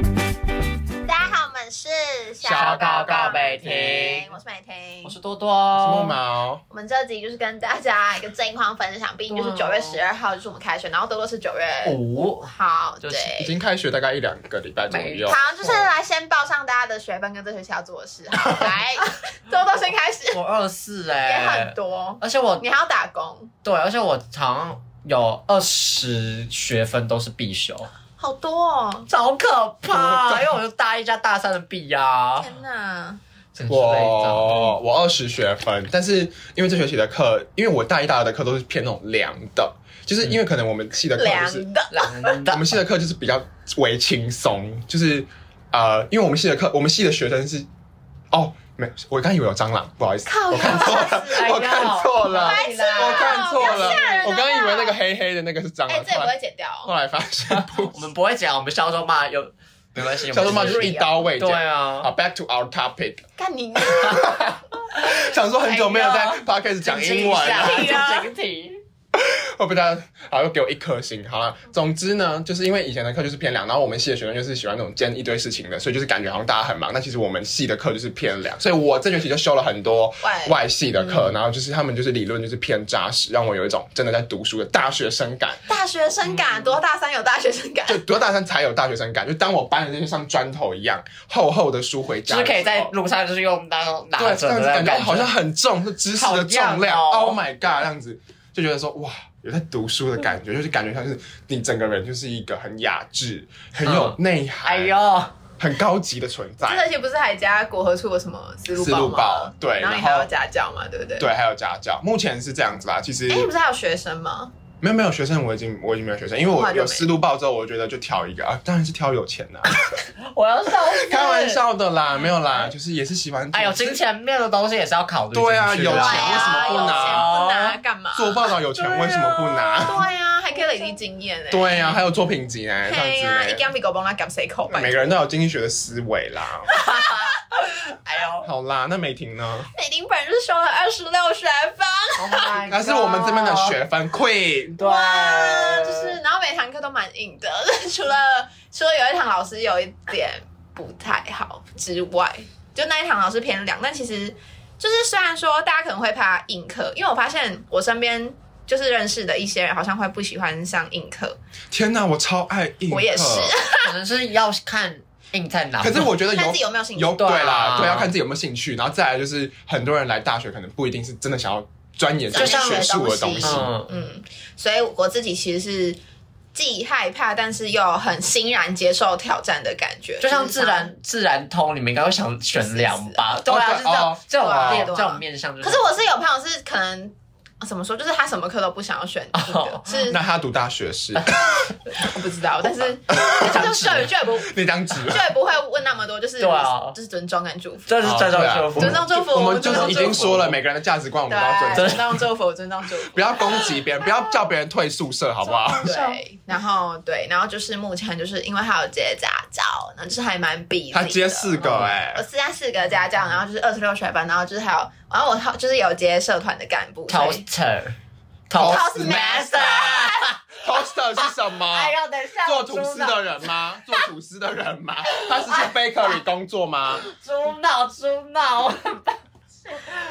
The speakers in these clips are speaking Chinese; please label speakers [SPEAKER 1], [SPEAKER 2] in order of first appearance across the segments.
[SPEAKER 1] 嗯
[SPEAKER 2] 多多，
[SPEAKER 1] 哦
[SPEAKER 3] 木毛，
[SPEAKER 1] 我们这集就是跟大家一个近况分享，毕竟就是九
[SPEAKER 2] 对啊
[SPEAKER 1] 月十二号就是我们开学，然后多多是九月
[SPEAKER 2] 五
[SPEAKER 1] 号，
[SPEAKER 2] 就
[SPEAKER 1] 对
[SPEAKER 2] 是。
[SPEAKER 3] 哦已经开学大概一两个礼拜左右。
[SPEAKER 1] 好，就是来先报上大家的学分跟这学期要做的事。 好，来，多多先开始，
[SPEAKER 2] 我二四
[SPEAKER 1] 也
[SPEAKER 2] 哎，
[SPEAKER 1] 很多，
[SPEAKER 2] 而且我
[SPEAKER 1] 你还要打工，
[SPEAKER 2] 对，而且我好像有二十学分都是必修，
[SPEAKER 1] 好多哦！
[SPEAKER 2] 超可
[SPEAKER 3] 多
[SPEAKER 2] 怕，
[SPEAKER 3] 到
[SPEAKER 2] 因为我是大一加大三的必呀、
[SPEAKER 1] 天哪，
[SPEAKER 2] 真是累到。
[SPEAKER 3] 我我二十学分，但是因为这学期的课，因为我大一、大二的课都是偏那种凉的，就是因为可能我们系的课
[SPEAKER 1] 凉
[SPEAKER 3] 就是
[SPEAKER 1] 的，
[SPEAKER 2] 懒
[SPEAKER 3] 我
[SPEAKER 2] 的，
[SPEAKER 3] 们系的课就是比较为轻松，就是呃，因为我们系的课，我们系的学生是哦，没，我刚以为有蟑螂，不好意思，
[SPEAKER 1] 靠哎
[SPEAKER 3] 我 看错
[SPEAKER 1] 吓死，
[SPEAKER 2] 人
[SPEAKER 3] 了我看错了，
[SPEAKER 2] 白痴啊
[SPEAKER 3] 我看错
[SPEAKER 1] 不要
[SPEAKER 3] 了
[SPEAKER 1] 吓人，好不好啊
[SPEAKER 3] 我刚以为那个黑黑的那个是蟑
[SPEAKER 1] 哎，
[SPEAKER 3] 螂，
[SPEAKER 1] 这也
[SPEAKER 3] 后
[SPEAKER 1] 不
[SPEAKER 3] 来
[SPEAKER 1] 会剪掉哦
[SPEAKER 3] 后。来发现 不
[SPEAKER 2] 我们不会讲，我们销售骂有没关 系，
[SPEAKER 3] 小时候嘛
[SPEAKER 2] 我们
[SPEAKER 3] 就是一刀未剪。
[SPEAKER 2] 对啊
[SPEAKER 3] 好，back to our topic，
[SPEAKER 1] 看你，
[SPEAKER 3] 想说很久没有在
[SPEAKER 2] 哎
[SPEAKER 3] podcast 讲英文了。
[SPEAKER 2] 了，
[SPEAKER 1] 了
[SPEAKER 2] 讲整体。
[SPEAKER 3] 我不知道，好又给我一颗星。好了，总之呢，就是因为以前的课就是偏凉，然后我们系的学生就是喜欢那种兼一堆事情的，所以就是感觉好像大家很忙，但其实我们系的课就是偏凉。所以我这学期就修了很多
[SPEAKER 1] 外
[SPEAKER 3] 外系的课，然后就是他们就是理论就是偏扎实，让我有一种真的在读书的大学生感。
[SPEAKER 1] 大学生感，多大三有大学生感，
[SPEAKER 3] 就读到大三才有大学生感，就当我搬的那些像砖头一样厚厚的书回
[SPEAKER 2] 就
[SPEAKER 3] 家
[SPEAKER 2] 是
[SPEAKER 3] 的时候，
[SPEAKER 2] 可以在路上就是用当拿
[SPEAKER 3] 对，
[SPEAKER 2] 着
[SPEAKER 3] 这样子
[SPEAKER 2] 的
[SPEAKER 3] 感
[SPEAKER 2] 那
[SPEAKER 3] 觉
[SPEAKER 2] 种
[SPEAKER 3] 好像很重，是知识
[SPEAKER 2] 好
[SPEAKER 3] 的
[SPEAKER 2] 样
[SPEAKER 3] 重量。
[SPEAKER 2] 哦
[SPEAKER 3] oh my god，这样子就觉得说哇，有在读书的感觉，就是感觉像是你整个人就是一个很雅致、很有
[SPEAKER 2] 嗯
[SPEAKER 3] 内涵、
[SPEAKER 2] 哎呦，
[SPEAKER 3] 很高级的存
[SPEAKER 1] 这
[SPEAKER 3] 在。
[SPEAKER 1] 学期不是还加国合处的什么思路
[SPEAKER 3] 思
[SPEAKER 1] 报
[SPEAKER 3] 路报
[SPEAKER 1] 吗？
[SPEAKER 3] 对
[SPEAKER 1] 然后你
[SPEAKER 3] 然
[SPEAKER 1] 还
[SPEAKER 3] 后
[SPEAKER 1] 要家教嘛，对不对？。
[SPEAKER 3] 对，还有家教，目前是这样子啦。其实
[SPEAKER 1] 哎，你不是还有学生吗？
[SPEAKER 3] 没有没有学生，我已经我已经没有学生，因为
[SPEAKER 1] 很
[SPEAKER 3] 我
[SPEAKER 1] 快就
[SPEAKER 3] 有
[SPEAKER 1] 没
[SPEAKER 3] 思路报之后，我觉得就挑一个啊，当然是挑有钱的，
[SPEAKER 2] 我要笑死！
[SPEAKER 3] 开玩，笑的啦，没有啦，就是也是喜欢。
[SPEAKER 2] 哎呦，金钱面的东西也是要考虑进去
[SPEAKER 3] 对
[SPEAKER 2] 的。
[SPEAKER 3] 啊有
[SPEAKER 1] 对
[SPEAKER 3] 钱为什
[SPEAKER 1] 啊，
[SPEAKER 3] 么不
[SPEAKER 1] 有
[SPEAKER 3] 拿
[SPEAKER 1] 钱不拿干嘛？
[SPEAKER 3] 做报道有钱
[SPEAKER 2] 对啊
[SPEAKER 3] 为什么不拿？
[SPEAKER 1] 对呀，还可以累积经验呢。
[SPEAKER 3] 对啊呀、还有作品集呢，这
[SPEAKER 1] 啊嘿
[SPEAKER 3] 样
[SPEAKER 1] 呀，
[SPEAKER 3] 子
[SPEAKER 1] 一
[SPEAKER 3] 呢。
[SPEAKER 1] 干比狗帮他干谁口？拜托
[SPEAKER 3] 每个人都有经济学的思维 啦。
[SPEAKER 2] 哎呦，
[SPEAKER 3] 好啦，那美婷呢？
[SPEAKER 1] 美玲本人是修了二十六学分，
[SPEAKER 3] 那是我们这边的学分 Queen。
[SPEAKER 2] 对
[SPEAKER 1] 哇，就是然后每堂课都蛮硬的， 除了除了有一堂老师有一点不太好之外，就那一堂老师偏凉，但其实就是虽然说大家可能会怕硬课，因为我发现我身边。就是认识的一些人好像会不喜欢上硬课，
[SPEAKER 3] 天哪，我超爱硬课
[SPEAKER 1] 我也是
[SPEAKER 2] 可能是要看硬在哪。
[SPEAKER 3] 可是我觉 得
[SPEAKER 1] 看
[SPEAKER 3] 有
[SPEAKER 1] 自己有没有兴趣。
[SPEAKER 3] 有
[SPEAKER 2] 对
[SPEAKER 3] 对
[SPEAKER 2] 啊
[SPEAKER 3] 啦，对，要看自己有没有兴趣，然后再来就是很多人来大学可能不一定是真的想要钻研这个
[SPEAKER 1] 就像
[SPEAKER 3] 学术的
[SPEAKER 1] 东
[SPEAKER 3] 东
[SPEAKER 1] 西
[SPEAKER 3] 西。
[SPEAKER 2] 嗯，
[SPEAKER 1] 嗯，所以我自己其实是既害怕，但是又很欣然接受挑战的感觉，
[SPEAKER 2] 就像
[SPEAKER 1] 是
[SPEAKER 2] 自然自然通，你们应该会想选凉吧？对啊，
[SPEAKER 3] 哦
[SPEAKER 2] 就这种
[SPEAKER 3] 哦
[SPEAKER 2] 这种面
[SPEAKER 1] 对啊
[SPEAKER 2] 这种面向，就
[SPEAKER 1] 可是我是有朋友是可能呃怎么说，就是他什么课都不想要选一个，
[SPEAKER 2] 哦
[SPEAKER 1] 是
[SPEAKER 3] 那他读大 学是
[SPEAKER 1] 我不知道， 但是他就就也就也不就
[SPEAKER 3] 那 张纸，
[SPEAKER 1] 也不会问那么多，就是
[SPEAKER 2] 对啊
[SPEAKER 1] 就是尊重跟祝福，
[SPEAKER 2] 这是哦这种
[SPEAKER 3] 对啊
[SPEAKER 2] 说服
[SPEAKER 1] 尊重祝福，
[SPEAKER 3] 我们就
[SPEAKER 1] 尊重祝
[SPEAKER 3] 是已
[SPEAKER 1] 福
[SPEAKER 3] 经说了，每个人的价值观我们都要尊
[SPEAKER 1] 对
[SPEAKER 3] 重，
[SPEAKER 1] 尊重祝福，尊重祝福。
[SPEAKER 3] 不要攻击别人，不要叫别人退宿舍，好不 好？
[SPEAKER 1] 对，然后对，然后就是目前就是因为他有接家教，然后就是还蛮比
[SPEAKER 3] 他接四个哎、
[SPEAKER 1] 我是在四个家教，然后就是二十六学分，然后就是还有，然后我还有就是有接社团的干部，所以
[SPEAKER 2] toaster
[SPEAKER 3] Toast-
[SPEAKER 1] Toastmaster
[SPEAKER 3] t o a s t e r 是什么？
[SPEAKER 1] 哎呦，等一下，
[SPEAKER 3] 做吐司的人吗？做吐司的人吗？他是去 bakery 工作吗？
[SPEAKER 2] 猪脑猪脑，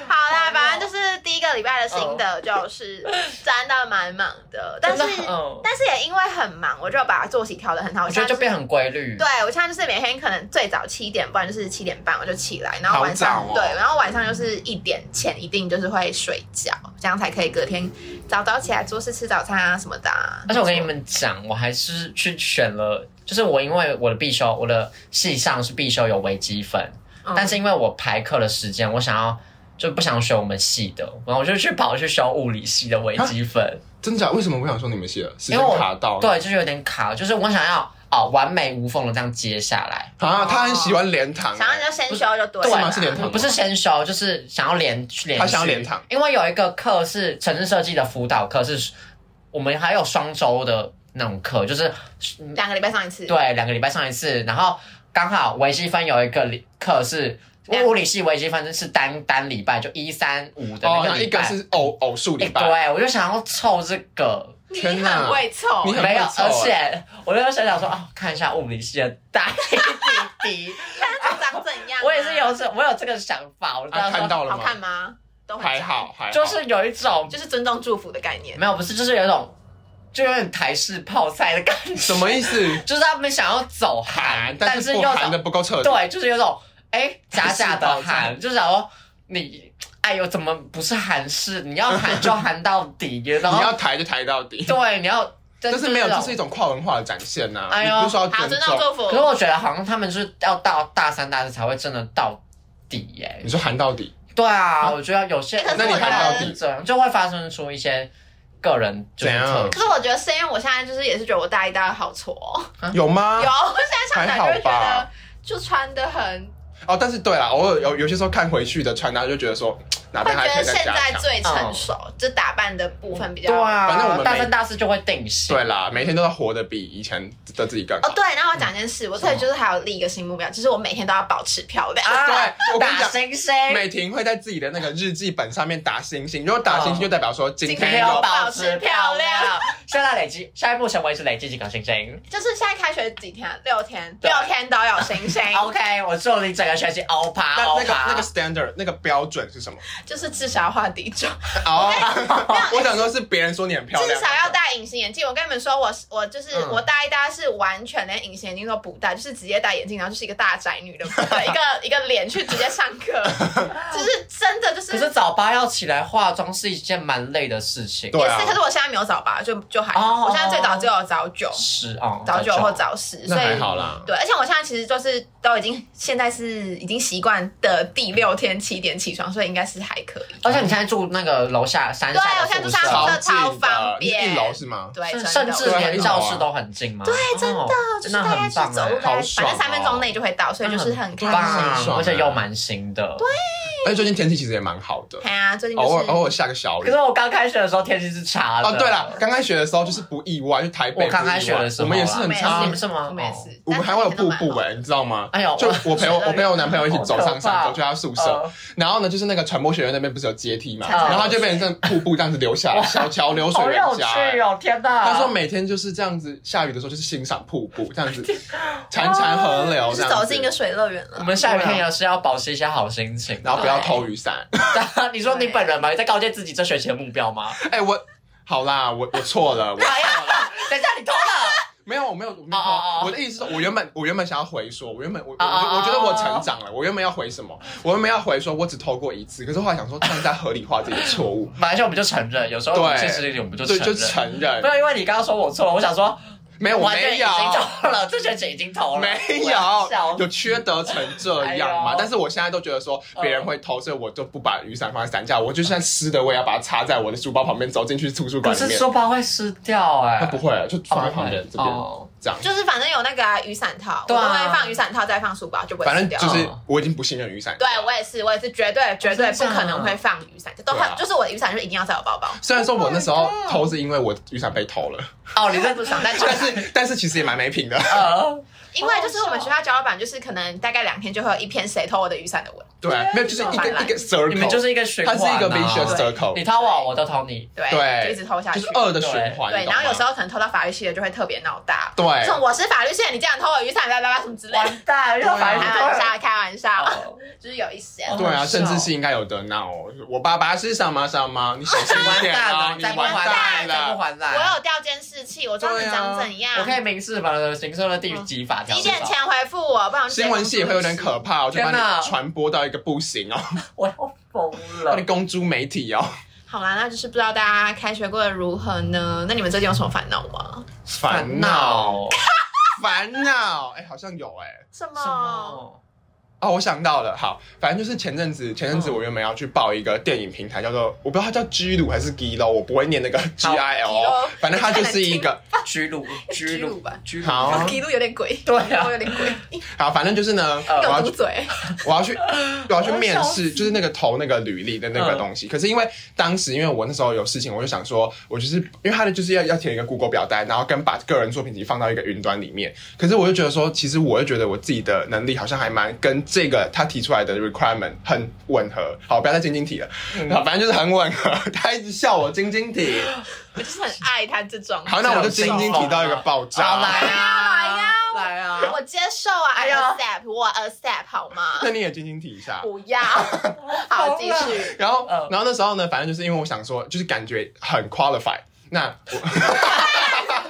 [SPEAKER 1] 好啦，反正就是第一个礼拜的心得就是真的蛮忙 的，但是
[SPEAKER 2] 嗯真的嗯
[SPEAKER 1] 但是也因为很忙，我就把作息调得很好，
[SPEAKER 2] 我
[SPEAKER 1] 我
[SPEAKER 2] 觉
[SPEAKER 1] 现在
[SPEAKER 2] 得
[SPEAKER 1] 就
[SPEAKER 2] 就
[SPEAKER 1] 是
[SPEAKER 2] 变很规律。
[SPEAKER 1] 对，我现在就是每天可能最早七点，不然就是七点半我就起来，然后晚上、
[SPEAKER 3] 好早哦
[SPEAKER 1] 对，然后晚上就是一点前一定就是会睡觉，这样才可以隔天早早起来做事、吃早餐啊什么的、啊。
[SPEAKER 2] 而且我跟你们讲，我还是去选了，就是我因为我的必修，我的系上是必修有微积分，
[SPEAKER 1] 嗯
[SPEAKER 2] 但是因为我排课的时间，我想要就不想选我们系的，然后我就去跑去修物理系的微积分，
[SPEAKER 3] 真假？为什么我想说你们写了时
[SPEAKER 2] 因
[SPEAKER 3] 间
[SPEAKER 2] 为我
[SPEAKER 3] 卡到？
[SPEAKER 2] 对，就是有点卡，就是我想要哦完美无缝的这样接下来。
[SPEAKER 3] 啊，他很喜欢连堂、欸
[SPEAKER 1] 想要就先休就对
[SPEAKER 2] 对
[SPEAKER 1] 了，
[SPEAKER 3] 是吗是连堂吗
[SPEAKER 2] 不是先修，就是想要连去连续。
[SPEAKER 3] 他想要连堂
[SPEAKER 2] 因为有一个课是城市设计的辅导课，是我们还有双周的那种课，就是
[SPEAKER 1] 两个礼拜上一次，
[SPEAKER 2] 对两个礼拜上一次，然后刚好微积分有一个礼课是
[SPEAKER 1] 两
[SPEAKER 2] 物理系微积分是单单礼拜，就一三五的
[SPEAKER 3] 哦，
[SPEAKER 2] 那个
[SPEAKER 3] 那一
[SPEAKER 2] 礼
[SPEAKER 3] 个
[SPEAKER 2] 拜。
[SPEAKER 3] 是偶偶数礼
[SPEAKER 2] 哎
[SPEAKER 3] 拜，
[SPEAKER 2] 对，我就想要凑这个。
[SPEAKER 1] 你
[SPEAKER 3] 天哪
[SPEAKER 1] 很会凑
[SPEAKER 3] 你，很
[SPEAKER 2] 没有，
[SPEAKER 3] 会凑欸
[SPEAKER 2] 而且我就想想说，哦，看一下物理系的大弟弟，
[SPEAKER 1] 但是长怎样？啊
[SPEAKER 2] 我也是有这，我有这个想法。我
[SPEAKER 3] 啊
[SPEAKER 2] 到时
[SPEAKER 3] 看
[SPEAKER 2] 候
[SPEAKER 3] 到了
[SPEAKER 1] 好
[SPEAKER 3] 吗？
[SPEAKER 1] 看吗？都很
[SPEAKER 3] 还好，还好，
[SPEAKER 2] 就是有一种
[SPEAKER 1] 长，就是尊重祝福的概念。
[SPEAKER 2] 没有，不是，就是有一种就有点台式泡菜的感觉，
[SPEAKER 3] 什么意思？
[SPEAKER 2] 就是他们想要走
[SPEAKER 3] 寒
[SPEAKER 2] 韩，，
[SPEAKER 3] 但
[SPEAKER 2] 是
[SPEAKER 3] 不
[SPEAKER 2] 又
[SPEAKER 3] 寒
[SPEAKER 2] 想
[SPEAKER 3] 的不够彻底。
[SPEAKER 2] 对，就是有种哎假假的
[SPEAKER 3] 台式泡菜
[SPEAKER 2] 韩，就是想说你哎呦怎么不是韩式？你要韩就韩到底，然
[SPEAKER 3] 你
[SPEAKER 2] 后
[SPEAKER 3] 要抬就抬到底，
[SPEAKER 2] 对你要
[SPEAKER 3] 但是没有，
[SPEAKER 2] 这
[SPEAKER 3] 这是一种跨文化的展现呐。
[SPEAKER 2] 哎呦
[SPEAKER 3] 你不是说要
[SPEAKER 1] 好，
[SPEAKER 3] 尊
[SPEAKER 1] 尊重？
[SPEAKER 3] 重
[SPEAKER 1] 祝
[SPEAKER 2] 可是
[SPEAKER 1] 福。
[SPEAKER 2] 我觉得好像他们是要到大三、大四才会真的到底耶、
[SPEAKER 3] 你说寒到底，
[SPEAKER 2] 对啊，我觉得有些
[SPEAKER 1] 欸可是
[SPEAKER 3] 那你
[SPEAKER 1] 我觉
[SPEAKER 3] 还
[SPEAKER 1] 得
[SPEAKER 3] 好
[SPEAKER 2] 是这样，就会发生出一些个人就是
[SPEAKER 3] 怎样
[SPEAKER 2] 特
[SPEAKER 1] 可是我觉得是因为我现在就是也是觉得我大一、大二好挫哦、
[SPEAKER 2] 啊
[SPEAKER 3] 有吗？
[SPEAKER 1] 有，啊我现在想起来就会
[SPEAKER 3] 啊还好
[SPEAKER 1] 觉得
[SPEAKER 3] 吧
[SPEAKER 1] 就穿的很，
[SPEAKER 3] 哦，但是对啦，偶尔有有些时候看回去的穿搭就觉得说哪
[SPEAKER 1] 会
[SPEAKER 3] 边还
[SPEAKER 1] 觉
[SPEAKER 3] 可
[SPEAKER 1] 得
[SPEAKER 3] 以再
[SPEAKER 1] 现
[SPEAKER 3] 加
[SPEAKER 1] 在
[SPEAKER 3] 强。
[SPEAKER 1] 最成熟，就打扮的部分比
[SPEAKER 3] 嗯
[SPEAKER 1] 较。
[SPEAKER 2] 对啊，
[SPEAKER 3] 反正我们
[SPEAKER 2] 大
[SPEAKER 3] 每
[SPEAKER 2] 三大四就会定型。
[SPEAKER 3] 对啦，每天都要活得比以前的自己更
[SPEAKER 1] 哦
[SPEAKER 3] 好。，
[SPEAKER 1] 对，然后我讲一件事，我特别就是还有立一个新目标，就是我每天都要保持漂亮。
[SPEAKER 2] 啊，
[SPEAKER 3] 对我跟你
[SPEAKER 2] 打
[SPEAKER 3] 讲
[SPEAKER 2] 星星，
[SPEAKER 3] 美婷会在自己的那个日记本上面打星星，如果打星
[SPEAKER 2] 哦
[SPEAKER 3] 星就代表说今
[SPEAKER 1] 今
[SPEAKER 2] 每
[SPEAKER 3] 天
[SPEAKER 2] 天
[SPEAKER 1] 天
[SPEAKER 2] 要
[SPEAKER 3] 有
[SPEAKER 1] 有
[SPEAKER 2] 保持漂
[SPEAKER 1] 保持漂亮
[SPEAKER 2] 亮。现在累积，下一步成为是累积几个星星。
[SPEAKER 1] 就是现在开学几天啊，六天，
[SPEAKER 2] 对
[SPEAKER 1] 六天都有星 星，
[SPEAKER 2] OK，我祝你整个学期欧趴
[SPEAKER 3] 那
[SPEAKER 2] 欧
[SPEAKER 3] 那个
[SPEAKER 2] 趴
[SPEAKER 3] 那个。standard 那个标准是什么？
[SPEAKER 1] 就是至少要画底妆，
[SPEAKER 3] 哦， 我想说是别人说你很漂亮，
[SPEAKER 1] 至少要戴隐形眼镜。我跟你们说，我是我就是、
[SPEAKER 2] 嗯
[SPEAKER 1] 我大一、大二是完全连隐形眼镜都不戴，就是直接戴眼镜，然后就是一个大宅女的一个 一个脸去直接上课，就是真的就是
[SPEAKER 2] 可是早八要起来化妆是一件蛮累的事情。
[SPEAKER 3] 对啊
[SPEAKER 1] 也是，可是我现在没有早八，就就还
[SPEAKER 2] 哦
[SPEAKER 1] 好。我现在最早只有早九，
[SPEAKER 2] 是哦，
[SPEAKER 1] 早九或早十，所
[SPEAKER 3] 那还
[SPEAKER 1] 以
[SPEAKER 3] 好啦。
[SPEAKER 1] 对，而且我现在其实就是都已经现在是已经习惯的第六天七点起床，所以应该是还可以。
[SPEAKER 2] 而且你现在住那个楼下山
[SPEAKER 1] 对
[SPEAKER 2] 下
[SPEAKER 1] 我现在
[SPEAKER 2] 的
[SPEAKER 1] 住
[SPEAKER 2] 宿
[SPEAKER 1] 山
[SPEAKER 2] 舍
[SPEAKER 1] 上，
[SPEAKER 3] 超
[SPEAKER 1] 真的超
[SPEAKER 3] 近的
[SPEAKER 1] 方，
[SPEAKER 3] 你是
[SPEAKER 1] 便
[SPEAKER 3] 一楼是吗？
[SPEAKER 1] 对，
[SPEAKER 2] 甚
[SPEAKER 1] 真
[SPEAKER 2] 甚
[SPEAKER 1] 的
[SPEAKER 2] 至
[SPEAKER 3] 对啊
[SPEAKER 2] 连教室都很近吗？对，
[SPEAKER 1] 哦真的就
[SPEAKER 2] 真
[SPEAKER 1] 是
[SPEAKER 2] 的
[SPEAKER 1] 大概
[SPEAKER 2] 很
[SPEAKER 1] 是
[SPEAKER 2] 棒
[SPEAKER 1] 走路
[SPEAKER 2] 哎，
[SPEAKER 1] 大
[SPEAKER 3] 好
[SPEAKER 1] 概反
[SPEAKER 3] 爽哦
[SPEAKER 1] 正三分钟内就会到，所以就是很开
[SPEAKER 3] 棒
[SPEAKER 1] 心。
[SPEAKER 2] 棒，
[SPEAKER 3] 爽
[SPEAKER 2] 而且
[SPEAKER 3] 哎
[SPEAKER 2] 又蛮新的。对，
[SPEAKER 3] 而且最近天气其实也蛮好的，
[SPEAKER 1] 对啊，最近就是
[SPEAKER 3] 偶尔偶尔下个小雨
[SPEAKER 2] 可是。我刚开学的时候天气是差的。
[SPEAKER 3] 哦，对了，，刚开学的时候就是不意外，就台北
[SPEAKER 2] 啊我刚开学的时候
[SPEAKER 3] 不
[SPEAKER 2] 啦
[SPEAKER 3] 意外我们也是
[SPEAKER 1] 我
[SPEAKER 3] 很
[SPEAKER 1] 们也
[SPEAKER 2] 啊
[SPEAKER 3] 差
[SPEAKER 2] 你们，是吗
[SPEAKER 1] 我们也是，
[SPEAKER 3] 哦我们还会有瀑布
[SPEAKER 1] 哎，
[SPEAKER 3] 哎，你知道吗？
[SPEAKER 2] 哎呦，
[SPEAKER 3] 就
[SPEAKER 2] 我
[SPEAKER 3] 我 陪我我陪我男朋友一起走上山，
[SPEAKER 2] 好可怕
[SPEAKER 3] 走去他宿舍，
[SPEAKER 2] 呃
[SPEAKER 3] 然后呢，就是那个传播学院那边不是有阶梯嘛，
[SPEAKER 2] 嗯
[SPEAKER 3] 然后他就变成瀑布这样子流下来，小桥流水
[SPEAKER 2] 好
[SPEAKER 3] 人
[SPEAKER 2] 有
[SPEAKER 3] 家哎
[SPEAKER 2] 趣。哦！天哪，
[SPEAKER 3] 他说每天就是这样子，下雨的时候就是欣赏瀑布这 样子，潺潺河流
[SPEAKER 1] 就
[SPEAKER 2] 哦
[SPEAKER 3] 这
[SPEAKER 1] 是
[SPEAKER 3] 样子，
[SPEAKER 1] 走进一个水乐园
[SPEAKER 2] 我
[SPEAKER 1] 了。
[SPEAKER 2] 们下雨天也是要保持一下好心情。
[SPEAKER 3] 然后不要偷雨伞。
[SPEAKER 2] 你说你本人吗？你在告诫自己这学期的目标吗？
[SPEAKER 3] 哎，我好啦，我我错了，我
[SPEAKER 2] 哎呀， 等一下你偷了，
[SPEAKER 3] 没有，我没有，我没
[SPEAKER 2] 哦哦哦
[SPEAKER 3] 有。我的意思是我原本我原本想要回说，我原本我
[SPEAKER 2] 哦
[SPEAKER 3] 我
[SPEAKER 2] 哦哦
[SPEAKER 3] 我觉得我成长了，我原本要回什么？我原本要回说我只偷过一次，可是后来想说这样在合理化自己的错误，
[SPEAKER 2] 马来西亚我们就承认，有时候
[SPEAKER 3] 对
[SPEAKER 2] 我们现实里我们就承
[SPEAKER 3] 对，就
[SPEAKER 2] 认。
[SPEAKER 3] 承
[SPEAKER 2] 没
[SPEAKER 3] 认
[SPEAKER 2] 有，因为你刚刚说我错了，我想说
[SPEAKER 3] 没有，我
[SPEAKER 2] 完全已
[SPEAKER 3] 没有
[SPEAKER 2] 经。偷了，这学期已经偷了，
[SPEAKER 3] 没
[SPEAKER 2] 我要笑
[SPEAKER 3] 有，有缺德成这样
[SPEAKER 2] 哎
[SPEAKER 3] 吗
[SPEAKER 2] 呦？
[SPEAKER 3] 但是我现在都觉得说别人会偷，所以我就不把雨伞放在伞架，我就算湿的，我也要把它插在我的书包旁边，走进去图书
[SPEAKER 2] 可
[SPEAKER 3] 馆里
[SPEAKER 2] 是
[SPEAKER 3] 面。
[SPEAKER 2] 书包会湿掉哎、
[SPEAKER 3] 他不会，啊就
[SPEAKER 2] 哦，
[SPEAKER 3] 放在旁边这边
[SPEAKER 2] 哦
[SPEAKER 3] 这样。
[SPEAKER 1] 就是反正有那个啊雨伞套，
[SPEAKER 2] 对啊
[SPEAKER 1] 我都会放雨伞套再放书包，就不会
[SPEAKER 3] 反
[SPEAKER 1] 死
[SPEAKER 3] 正
[SPEAKER 1] 掉。
[SPEAKER 3] 就是
[SPEAKER 2] 哦
[SPEAKER 3] 我已经不信任雨伞。
[SPEAKER 1] 对我也是，我也是绝对绝对不可能会放雨伞，都
[SPEAKER 3] 对啊
[SPEAKER 1] 就是我的雨伞就一定要在我包包。
[SPEAKER 3] 虽然说我那时
[SPEAKER 1] Oh
[SPEAKER 3] 候偷是因为我雨伞被偷了，
[SPEAKER 2] 哦，你在
[SPEAKER 1] 不爽，但是
[SPEAKER 3] 但是但是其实也蛮没品的。
[SPEAKER 2] 呃，
[SPEAKER 1] 因为就是我们学校教导板，就是可能大概两天就会有一篇谁偷我的雨伞的文，
[SPEAKER 3] 对，没有就是一个
[SPEAKER 1] 啊反来
[SPEAKER 3] 一个 circle，
[SPEAKER 2] 你们就是一个循
[SPEAKER 3] 它
[SPEAKER 2] 环、
[SPEAKER 3] 是一个 vicious
[SPEAKER 2] 啊，你
[SPEAKER 3] circle，
[SPEAKER 2] 偷我，我都偷你，
[SPEAKER 1] 对，
[SPEAKER 3] 对
[SPEAKER 1] 就一直偷下
[SPEAKER 3] 就
[SPEAKER 1] 去。
[SPEAKER 3] 是二的循环。
[SPEAKER 1] 对，
[SPEAKER 3] 你
[SPEAKER 1] 然
[SPEAKER 3] 懂吗
[SPEAKER 1] 后有时候可能偷到法律系的就会特别闹大，
[SPEAKER 3] 对
[SPEAKER 1] 这种我是法律系的，你这样偷我雨伞，叭叭叭什么之类的。
[SPEAKER 2] 完蛋，又把
[SPEAKER 3] 对
[SPEAKER 2] 你
[SPEAKER 1] 开
[SPEAKER 2] 偷
[SPEAKER 1] 玩
[SPEAKER 2] 了。
[SPEAKER 1] 笑，开玩笑，
[SPEAKER 2] 哦
[SPEAKER 1] 就是有一些。
[SPEAKER 2] 哦
[SPEAKER 3] 对
[SPEAKER 2] 好
[SPEAKER 3] 啊，
[SPEAKER 2] 笑
[SPEAKER 3] 甚至是应该有得闹哦。我爸爸是什么什么，你小心一
[SPEAKER 2] 完
[SPEAKER 3] 点
[SPEAKER 2] 蛋
[SPEAKER 3] 啊！
[SPEAKER 2] 了，
[SPEAKER 3] 你
[SPEAKER 2] 再不
[SPEAKER 3] 完
[SPEAKER 2] 还
[SPEAKER 3] 蛋
[SPEAKER 2] 来，再不
[SPEAKER 3] 了。
[SPEAKER 2] 还来，
[SPEAKER 1] 我有调监视器，我装你长怎样？
[SPEAKER 2] 啊我可以民事把行社的第几法条？
[SPEAKER 1] 几点？前回复我，不然我就直接
[SPEAKER 3] 新闻系也会有点可怕哦，就把
[SPEAKER 2] 天哪
[SPEAKER 3] 你传播到一个不行哦，
[SPEAKER 2] 我要疯
[SPEAKER 3] 把
[SPEAKER 2] 了
[SPEAKER 3] 你！公诸媒体哦。
[SPEAKER 1] 好啦，那就是不知道大家开学过得如何呢？那你们最近有什么烦恼吗？
[SPEAKER 3] 烦恼，，烦恼，哎，好像有哎。
[SPEAKER 1] 什
[SPEAKER 2] 什？么？
[SPEAKER 3] 哦，我想到了，好，反正就是前阵子，前阵子
[SPEAKER 2] 嗯
[SPEAKER 3] 我原本要去报一个电影平台，叫做我不知道它叫 G 鲁还是 G 喽，我不会念那个 G I L，
[SPEAKER 1] Glo
[SPEAKER 3] 反正它就是一个
[SPEAKER 2] 居鲁，居
[SPEAKER 1] 鲁
[SPEAKER 2] 鲁，
[SPEAKER 1] 吧，
[SPEAKER 2] 居鲁。
[SPEAKER 3] 好
[SPEAKER 1] 记录有点鬼，
[SPEAKER 2] 对啊
[SPEAKER 1] 我有点鬼，
[SPEAKER 3] 好，反正就是呢，
[SPEAKER 2] 呃
[SPEAKER 3] 我
[SPEAKER 1] 有
[SPEAKER 3] 要
[SPEAKER 1] 毒
[SPEAKER 3] 去
[SPEAKER 1] 嘴。
[SPEAKER 3] 我 要去我要去面
[SPEAKER 2] 我要笑
[SPEAKER 3] 试，
[SPEAKER 2] 死
[SPEAKER 3] 就是那个投那个履历的那个
[SPEAKER 2] 嗯
[SPEAKER 3] 东西。可是因为当时因为我那时候有事情，我就想说，我就是因为他的就是要要填一个 Google 表单，然后跟把个人作品集放到一个云端里面。可是我就觉得说，其实我就觉得我自己的能力好像还蛮跟这个他提出来的 requirement 很吻合。好，不要再晶晶体了，
[SPEAKER 2] 嗯
[SPEAKER 3] 好，反正就是很吻合。他一直笑我晶晶体，
[SPEAKER 1] 我就是很爱他这种。
[SPEAKER 3] 好，那我就
[SPEAKER 2] 这
[SPEAKER 3] 晶
[SPEAKER 2] 种
[SPEAKER 3] 晶体到一个爆
[SPEAKER 2] 好
[SPEAKER 3] 炸。
[SPEAKER 2] 来
[SPEAKER 1] 哎呀
[SPEAKER 2] 啊！
[SPEAKER 1] 呀，
[SPEAKER 4] 来啊，我接受啊
[SPEAKER 1] 哎
[SPEAKER 4] ，I
[SPEAKER 1] 呀
[SPEAKER 4] accept，我 accept 好 吗？
[SPEAKER 3] 那你也晶晶体一下。
[SPEAKER 4] 不 要，好，继 续。
[SPEAKER 3] 然后
[SPEAKER 2] 嗯，
[SPEAKER 3] 然后那时候呢，反正就是因为我想说，就是感觉很 qualify。那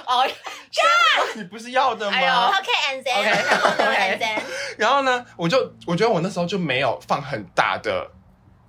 [SPEAKER 4] 哦，
[SPEAKER 3] 你不是要的吗？
[SPEAKER 4] 哎呦
[SPEAKER 1] OK and then，然后呢
[SPEAKER 4] OK
[SPEAKER 1] and then，
[SPEAKER 3] 然后呢，我就我觉得我那时候就没有放很大的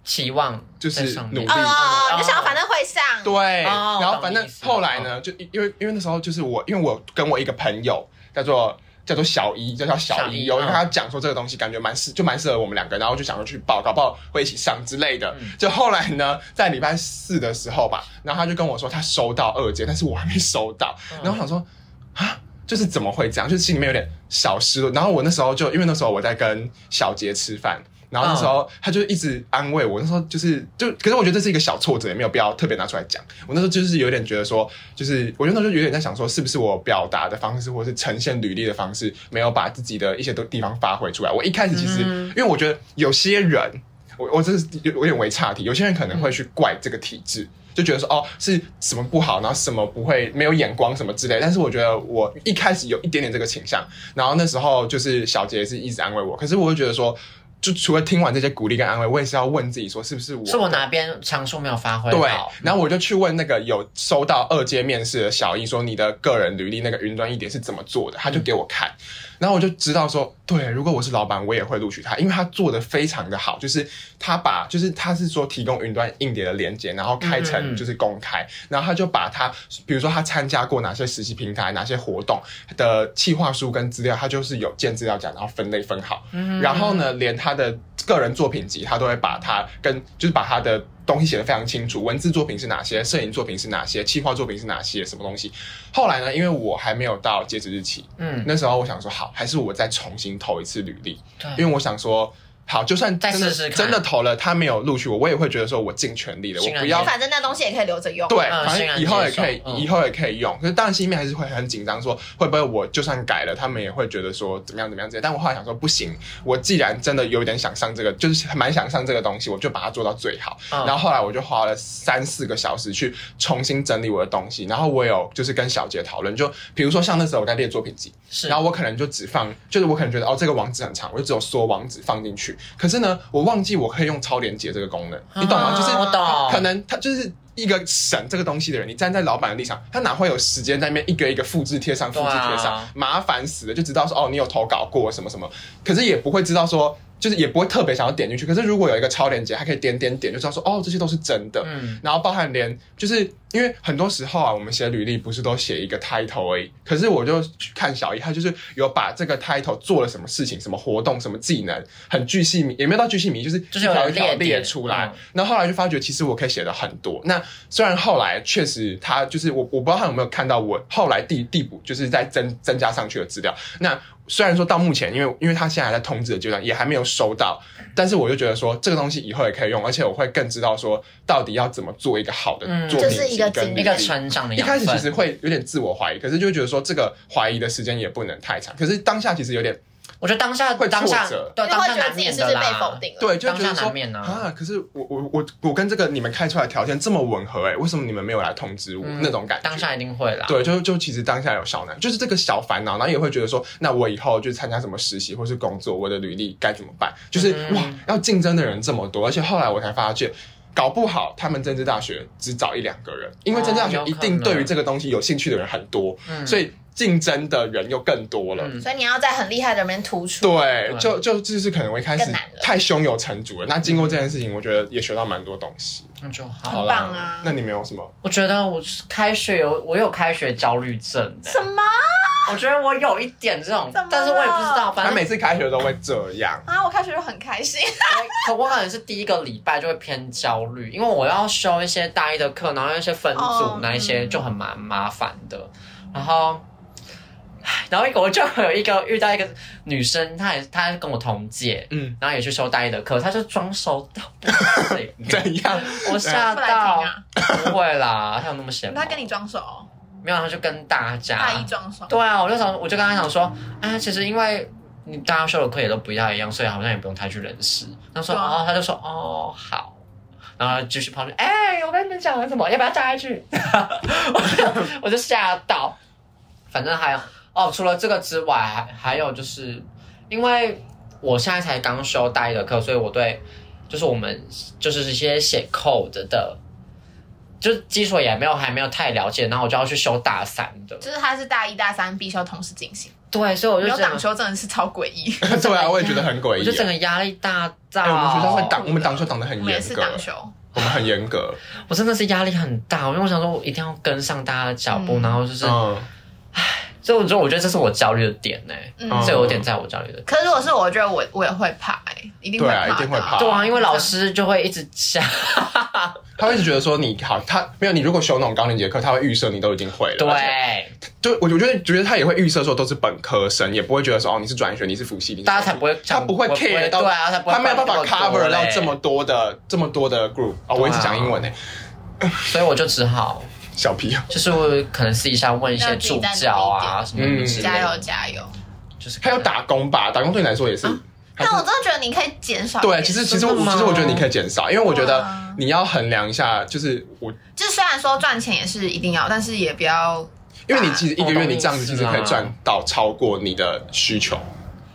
[SPEAKER 2] 期望
[SPEAKER 3] 就
[SPEAKER 2] 在
[SPEAKER 3] 是
[SPEAKER 2] 上
[SPEAKER 3] 努
[SPEAKER 2] 面
[SPEAKER 3] 力
[SPEAKER 4] 哦，哦，你就想要反正会上，
[SPEAKER 3] 嗯对，
[SPEAKER 2] 哦
[SPEAKER 3] 然
[SPEAKER 2] 我
[SPEAKER 3] 后
[SPEAKER 2] 懂
[SPEAKER 3] 反
[SPEAKER 2] 你
[SPEAKER 3] 正
[SPEAKER 2] 意思哦
[SPEAKER 3] 后来呢，就因为因为那时候就是我，因为我跟我一个朋友叫做叫做小一，就叫小哦
[SPEAKER 2] 小
[SPEAKER 3] 一
[SPEAKER 2] 一
[SPEAKER 3] 有
[SPEAKER 2] 嗯
[SPEAKER 3] 跟他讲说这个东西感觉蛮适，就蛮适合我们两个，然后就想要去报，搞不好会一起上之类的。
[SPEAKER 2] 嗯
[SPEAKER 3] 就后来呢，在礼拜四的时候吧，然后他就跟我说他收到二阶，但是我还没收到，
[SPEAKER 2] 嗯
[SPEAKER 3] 然后我想说啊。就是怎么会这样？就是心里面有点小失落。然后我那时候就因为那时候我在跟小杰吃饭，然后那时候他就一直安慰我，那时候就是就，可是我觉得这是一个小挫折，也没有必要特别拿出来讲。我那时候就是有点觉得说，就是我那时候就有点在想说，是不是我表达的方式或是呈现履历的方式，没有把自己的一些都地方发挥出来。我一开始其实，
[SPEAKER 2] 嗯
[SPEAKER 3] 因为我觉得有些人，我我这是有有点为差题，有些人可
[SPEAKER 2] 嗯
[SPEAKER 3] 能会去怪这个体制。就觉得说哦是什么不好，然后什么不会没有眼光什么之类，但是我觉得我一开始有一点点这个倾向，然后那时候就是小杰是一直安慰我，可是我就觉得说，就除了听完这些鼓励跟安慰，我也是要问自己说，是不是我
[SPEAKER 2] 是我哪边长处没有发挥
[SPEAKER 3] 对
[SPEAKER 2] 好？，
[SPEAKER 3] 然后我就去问那个有收到二阶面试的小易说，你的个人履历那个云端一点是怎么做的，他
[SPEAKER 2] 嗯
[SPEAKER 3] 就给我看，然后我就知道说，对，如果我是老板，我也会录取他，因为他做的非常的好，就是他把就是他是说提供云端硬碟的连接，然后开
[SPEAKER 2] 嗯嗯
[SPEAKER 3] 成
[SPEAKER 2] 嗯
[SPEAKER 3] 就是公开，然后他就把他比如说他参加过哪些实习平台、哪些活动的企划书跟资料，他就是有建资料夹，然后分类分好，
[SPEAKER 2] 嗯
[SPEAKER 3] 然后呢，连他的个人作品集，他都会把他跟就是把他的东西写得非常清楚，文字作品是哪些，摄影作品是哪些，企划作品是哪些，什么东西。后来呢，因为我还没有到截止日期，
[SPEAKER 2] 嗯，
[SPEAKER 3] 那时候我想说，好，还是我再重新投一次履历，
[SPEAKER 2] 对，
[SPEAKER 3] 因为我想说，好，就算真的
[SPEAKER 2] 再试试看
[SPEAKER 3] 真的投了，他没有录取我，我也会觉得说我尽全力了，
[SPEAKER 2] 欣
[SPEAKER 3] 我
[SPEAKER 2] 然
[SPEAKER 3] 不要
[SPEAKER 2] 接
[SPEAKER 1] 反正那东西也可以留着用。
[SPEAKER 3] 对，
[SPEAKER 2] 嗯
[SPEAKER 3] 反
[SPEAKER 2] 欣
[SPEAKER 3] 正
[SPEAKER 2] 然
[SPEAKER 3] 以后也
[SPEAKER 2] 接受
[SPEAKER 3] 可以，
[SPEAKER 2] 嗯
[SPEAKER 3] 以后也可以用。可是当然心里面还是会很紧张，说会不会我就算改了，他们也会觉得说怎么样怎么样之类。但我后来想说，不行，我既然真的有点想上这个，就是蛮想上这个东西，我就把它做到最好。
[SPEAKER 2] 嗯
[SPEAKER 3] 然后后来我就花了三四个小时去重新整理我的东西，然后我有就是跟小杰讨论，就比如说像那时候我在列作品集，
[SPEAKER 2] 是，
[SPEAKER 3] 然后我可能就只放，就是我可能觉得哦这个网址很长，我就只有缩网址放进去。可是呢，我忘记我可以用超连接这个功能，你懂吗？
[SPEAKER 2] 啊
[SPEAKER 3] 就是
[SPEAKER 2] 我懂，
[SPEAKER 3] 可能他就是一个省这个东西的人，你站在老板的立场，他哪会有时间在那边一个一个复制贴上、复
[SPEAKER 2] 对
[SPEAKER 3] 制
[SPEAKER 2] 啊
[SPEAKER 3] 贴上，麻烦死了。就知道说哦，你有投稿过什么什么，可是也不会知道说，就是也不会特别想要点进去。可是如果有一个超链接，还可以点点点，就知道说哦，这些都是真的。
[SPEAKER 2] 嗯，
[SPEAKER 3] 然后包含连，就是因为很多时候啊，我们写履历不是都写一个 title 而已，可是我就去看小一，他就是有把这个 title 做了什么事情、什么活动、什么技能，很巨细靡，也没有到巨细靡，就是
[SPEAKER 2] 就
[SPEAKER 3] 一
[SPEAKER 2] 是有
[SPEAKER 3] 条一条
[SPEAKER 2] 列
[SPEAKER 3] 列
[SPEAKER 2] 点
[SPEAKER 3] 出来
[SPEAKER 2] 嗯。
[SPEAKER 3] 那、后来就发觉，其实我可以写的很多。那虽然后来确实他就是我，我不知道他有没有看到我后来递递补，就是在增增加上去的资料。那虽然说到目前，因为因为他现在还在通知的阶段，也还没有收到，但是我就觉得说这个东西以后也可以用，而且我会更知道说到底要怎么做一个好的
[SPEAKER 2] 嗯
[SPEAKER 3] 作品
[SPEAKER 1] 这是
[SPEAKER 3] 集
[SPEAKER 1] 一个
[SPEAKER 3] 跟
[SPEAKER 1] 经历
[SPEAKER 2] 一
[SPEAKER 3] 履
[SPEAKER 2] 个
[SPEAKER 3] 历
[SPEAKER 2] 成长的
[SPEAKER 3] 一
[SPEAKER 2] 养
[SPEAKER 3] 开始其
[SPEAKER 2] 分
[SPEAKER 3] 实会有点自我怀疑，可是就会觉得说这个怀疑的时间也不能太长。可是当下其实有点
[SPEAKER 2] 我觉得当下
[SPEAKER 3] 会
[SPEAKER 2] 当下
[SPEAKER 3] 挫折
[SPEAKER 2] 对
[SPEAKER 1] 因为
[SPEAKER 2] 当
[SPEAKER 1] 会
[SPEAKER 2] 下
[SPEAKER 1] 觉得
[SPEAKER 2] 难
[SPEAKER 1] 自己
[SPEAKER 2] 免
[SPEAKER 1] 是
[SPEAKER 2] 的
[SPEAKER 1] 不是被
[SPEAKER 2] 啦，
[SPEAKER 1] 否定了？
[SPEAKER 3] 对，就会觉得
[SPEAKER 2] 当下
[SPEAKER 3] 说
[SPEAKER 2] 难免啊
[SPEAKER 3] 可是我我我我跟这个你们开出来的条件这么吻合、欸，为什么你们没有来通知我、
[SPEAKER 2] 嗯
[SPEAKER 3] 那种感觉？
[SPEAKER 2] 当下一定会啦。
[SPEAKER 3] 对，就就其实当下有小难，就是这个小烦恼，然后也会觉得说，那我以后就参加什么实习或是工作，我的履历该怎么办？就是、
[SPEAKER 2] 嗯
[SPEAKER 3] 哇，要竞争的人这么多，而且后来我才发现。搞不好他们政治大学只找一两个人，因为政治大学
[SPEAKER 2] 哦有
[SPEAKER 3] 一
[SPEAKER 2] 可
[SPEAKER 3] 定对于
[SPEAKER 2] 能
[SPEAKER 3] 这个东西有兴趣的人很多，
[SPEAKER 2] 嗯
[SPEAKER 3] 所以竞争的人又更多了。
[SPEAKER 2] 嗯
[SPEAKER 1] 所以你要在很厉害的人面突出。
[SPEAKER 3] 对，
[SPEAKER 2] 对
[SPEAKER 3] 就就就是可能我一开始
[SPEAKER 1] 更难了
[SPEAKER 3] 太胸有成竹了。那
[SPEAKER 2] 嗯
[SPEAKER 3] 经过这件事情，我觉得也学到蛮多东西。
[SPEAKER 2] 那就好。
[SPEAKER 3] 好
[SPEAKER 1] 很
[SPEAKER 3] 啦
[SPEAKER 1] 棒啊
[SPEAKER 3] 那你没有什么？
[SPEAKER 2] 我觉得我是开学有我有开学焦虑症欸
[SPEAKER 1] 什么
[SPEAKER 2] 我觉得我有一点这种
[SPEAKER 4] 怎么，
[SPEAKER 2] 但是我也不知道，反
[SPEAKER 3] 他
[SPEAKER 2] 正
[SPEAKER 3] 每次开学都会这样，
[SPEAKER 4] 啊，我开学就很开心，
[SPEAKER 2] 我我 可能是第一个礼拜就会偏焦虑，因为我要修一些大一的课，然后一些分
[SPEAKER 4] 哦
[SPEAKER 2] 组那一些就很蛮麻烦的。
[SPEAKER 1] 嗯
[SPEAKER 2] 然后，唉然后一个我就有一个遇到一个女生，她也她跟我同届，
[SPEAKER 3] 嗯，
[SPEAKER 2] 然后也去修大一的课，她就装收到，
[SPEAKER 3] 嗯怎样？
[SPEAKER 2] 我吓
[SPEAKER 4] 不来听
[SPEAKER 2] 到，
[SPEAKER 4] 啊。
[SPEAKER 2] 不会啦，她有那么闲吗？
[SPEAKER 4] 他跟你装熟，
[SPEAKER 2] 没有，她就跟大家
[SPEAKER 4] 大一装熟，
[SPEAKER 2] 对啊，我就想，我就跟他想说，啊，其实因为你大家修的课也都不太一样，所以好像也不用太去认识。他说，
[SPEAKER 4] 对啊
[SPEAKER 2] 哦，他就说，哦，好。然后他继续跑去，哎、我跟你们讲 了什么？要不要加一句？我就我就吓到。反正还有，哦，除了这个之外，还还有就是，因为我现在才刚修大一的课，所以我对就是我们就是一些写 code 的，就是基础也没有还没有太了解，然后我就要去修大三的。
[SPEAKER 1] 就是他是大一大三必修同时进行，
[SPEAKER 2] 对，所以我
[SPEAKER 4] 没
[SPEAKER 2] 就
[SPEAKER 4] 有
[SPEAKER 2] 整
[SPEAKER 4] 党
[SPEAKER 2] 个
[SPEAKER 4] 修真的是超诡异，
[SPEAKER 3] 对啊，我也觉得很诡
[SPEAKER 2] 我就整
[SPEAKER 3] 异
[SPEAKER 2] 个
[SPEAKER 3] 啊。
[SPEAKER 2] 压力大到、
[SPEAKER 3] 哎，我们学校会
[SPEAKER 2] 哦
[SPEAKER 4] 挡
[SPEAKER 3] 挡，我们挡就挡得很
[SPEAKER 4] 我们也
[SPEAKER 3] 严
[SPEAKER 4] 是
[SPEAKER 3] 格，
[SPEAKER 4] 党修。
[SPEAKER 3] 我们很严格。
[SPEAKER 2] 我真的是压力很大，因为我想说我一定要跟上大家的脚步，
[SPEAKER 1] 嗯
[SPEAKER 2] 然后就是，
[SPEAKER 3] 嗯，
[SPEAKER 2] 所以我觉得我觉得这是我焦虑的点呢、
[SPEAKER 4] 嗯
[SPEAKER 3] 嗯
[SPEAKER 2] 这有点在我焦虑的点。
[SPEAKER 4] 可是如果是我觉得我我也会怕、欸，一定会
[SPEAKER 3] 对
[SPEAKER 4] 怕
[SPEAKER 3] 啊
[SPEAKER 4] 的、
[SPEAKER 3] 一定会怕
[SPEAKER 2] 对啊，因为老师就会一直讲，
[SPEAKER 3] 他会一直觉得说你好，他没有你如果修那种高年级的课，他会预设你都已经会了。
[SPEAKER 2] 对，
[SPEAKER 3] 而且就我我觉得觉得他也会预设说都是本科生，也不会觉得说哦你是转学，你是辅系，你是
[SPEAKER 2] 大家才不会
[SPEAKER 3] 他
[SPEAKER 2] 讲，
[SPEAKER 3] 不会 care 到
[SPEAKER 2] 对啊，才不会
[SPEAKER 3] 他没有办法
[SPEAKER 2] 管那么
[SPEAKER 3] cover
[SPEAKER 2] 多
[SPEAKER 3] 到
[SPEAKER 2] 嘞啊
[SPEAKER 3] 这么，多的这么多的 group 哦，我一直讲英文呢，
[SPEAKER 2] 所以我就只好
[SPEAKER 3] 小皮
[SPEAKER 2] 就是我可能私底下问一些助教啊什么
[SPEAKER 3] 嗯
[SPEAKER 2] 之类的，
[SPEAKER 4] 加油加油！
[SPEAKER 2] 就是可
[SPEAKER 3] 还
[SPEAKER 2] 能
[SPEAKER 3] 有打工吧，打工对你来说也是。还
[SPEAKER 1] 但
[SPEAKER 3] 是
[SPEAKER 1] 我真的觉得你可以减少一点。
[SPEAKER 3] 对，其实其实
[SPEAKER 2] 啊真的
[SPEAKER 3] 我
[SPEAKER 2] 吗啊
[SPEAKER 3] 其实我觉得你可以减少，因为我觉得
[SPEAKER 4] 哇
[SPEAKER 3] 你要衡量一下，就是我，
[SPEAKER 1] 就虽然说赚钱也是一定要，但是也不要。
[SPEAKER 3] 因为你其实一个月
[SPEAKER 2] 我懂
[SPEAKER 3] 你这样子
[SPEAKER 2] 意思
[SPEAKER 3] 其实可以
[SPEAKER 2] 啦
[SPEAKER 3] 赚到超过你的需求。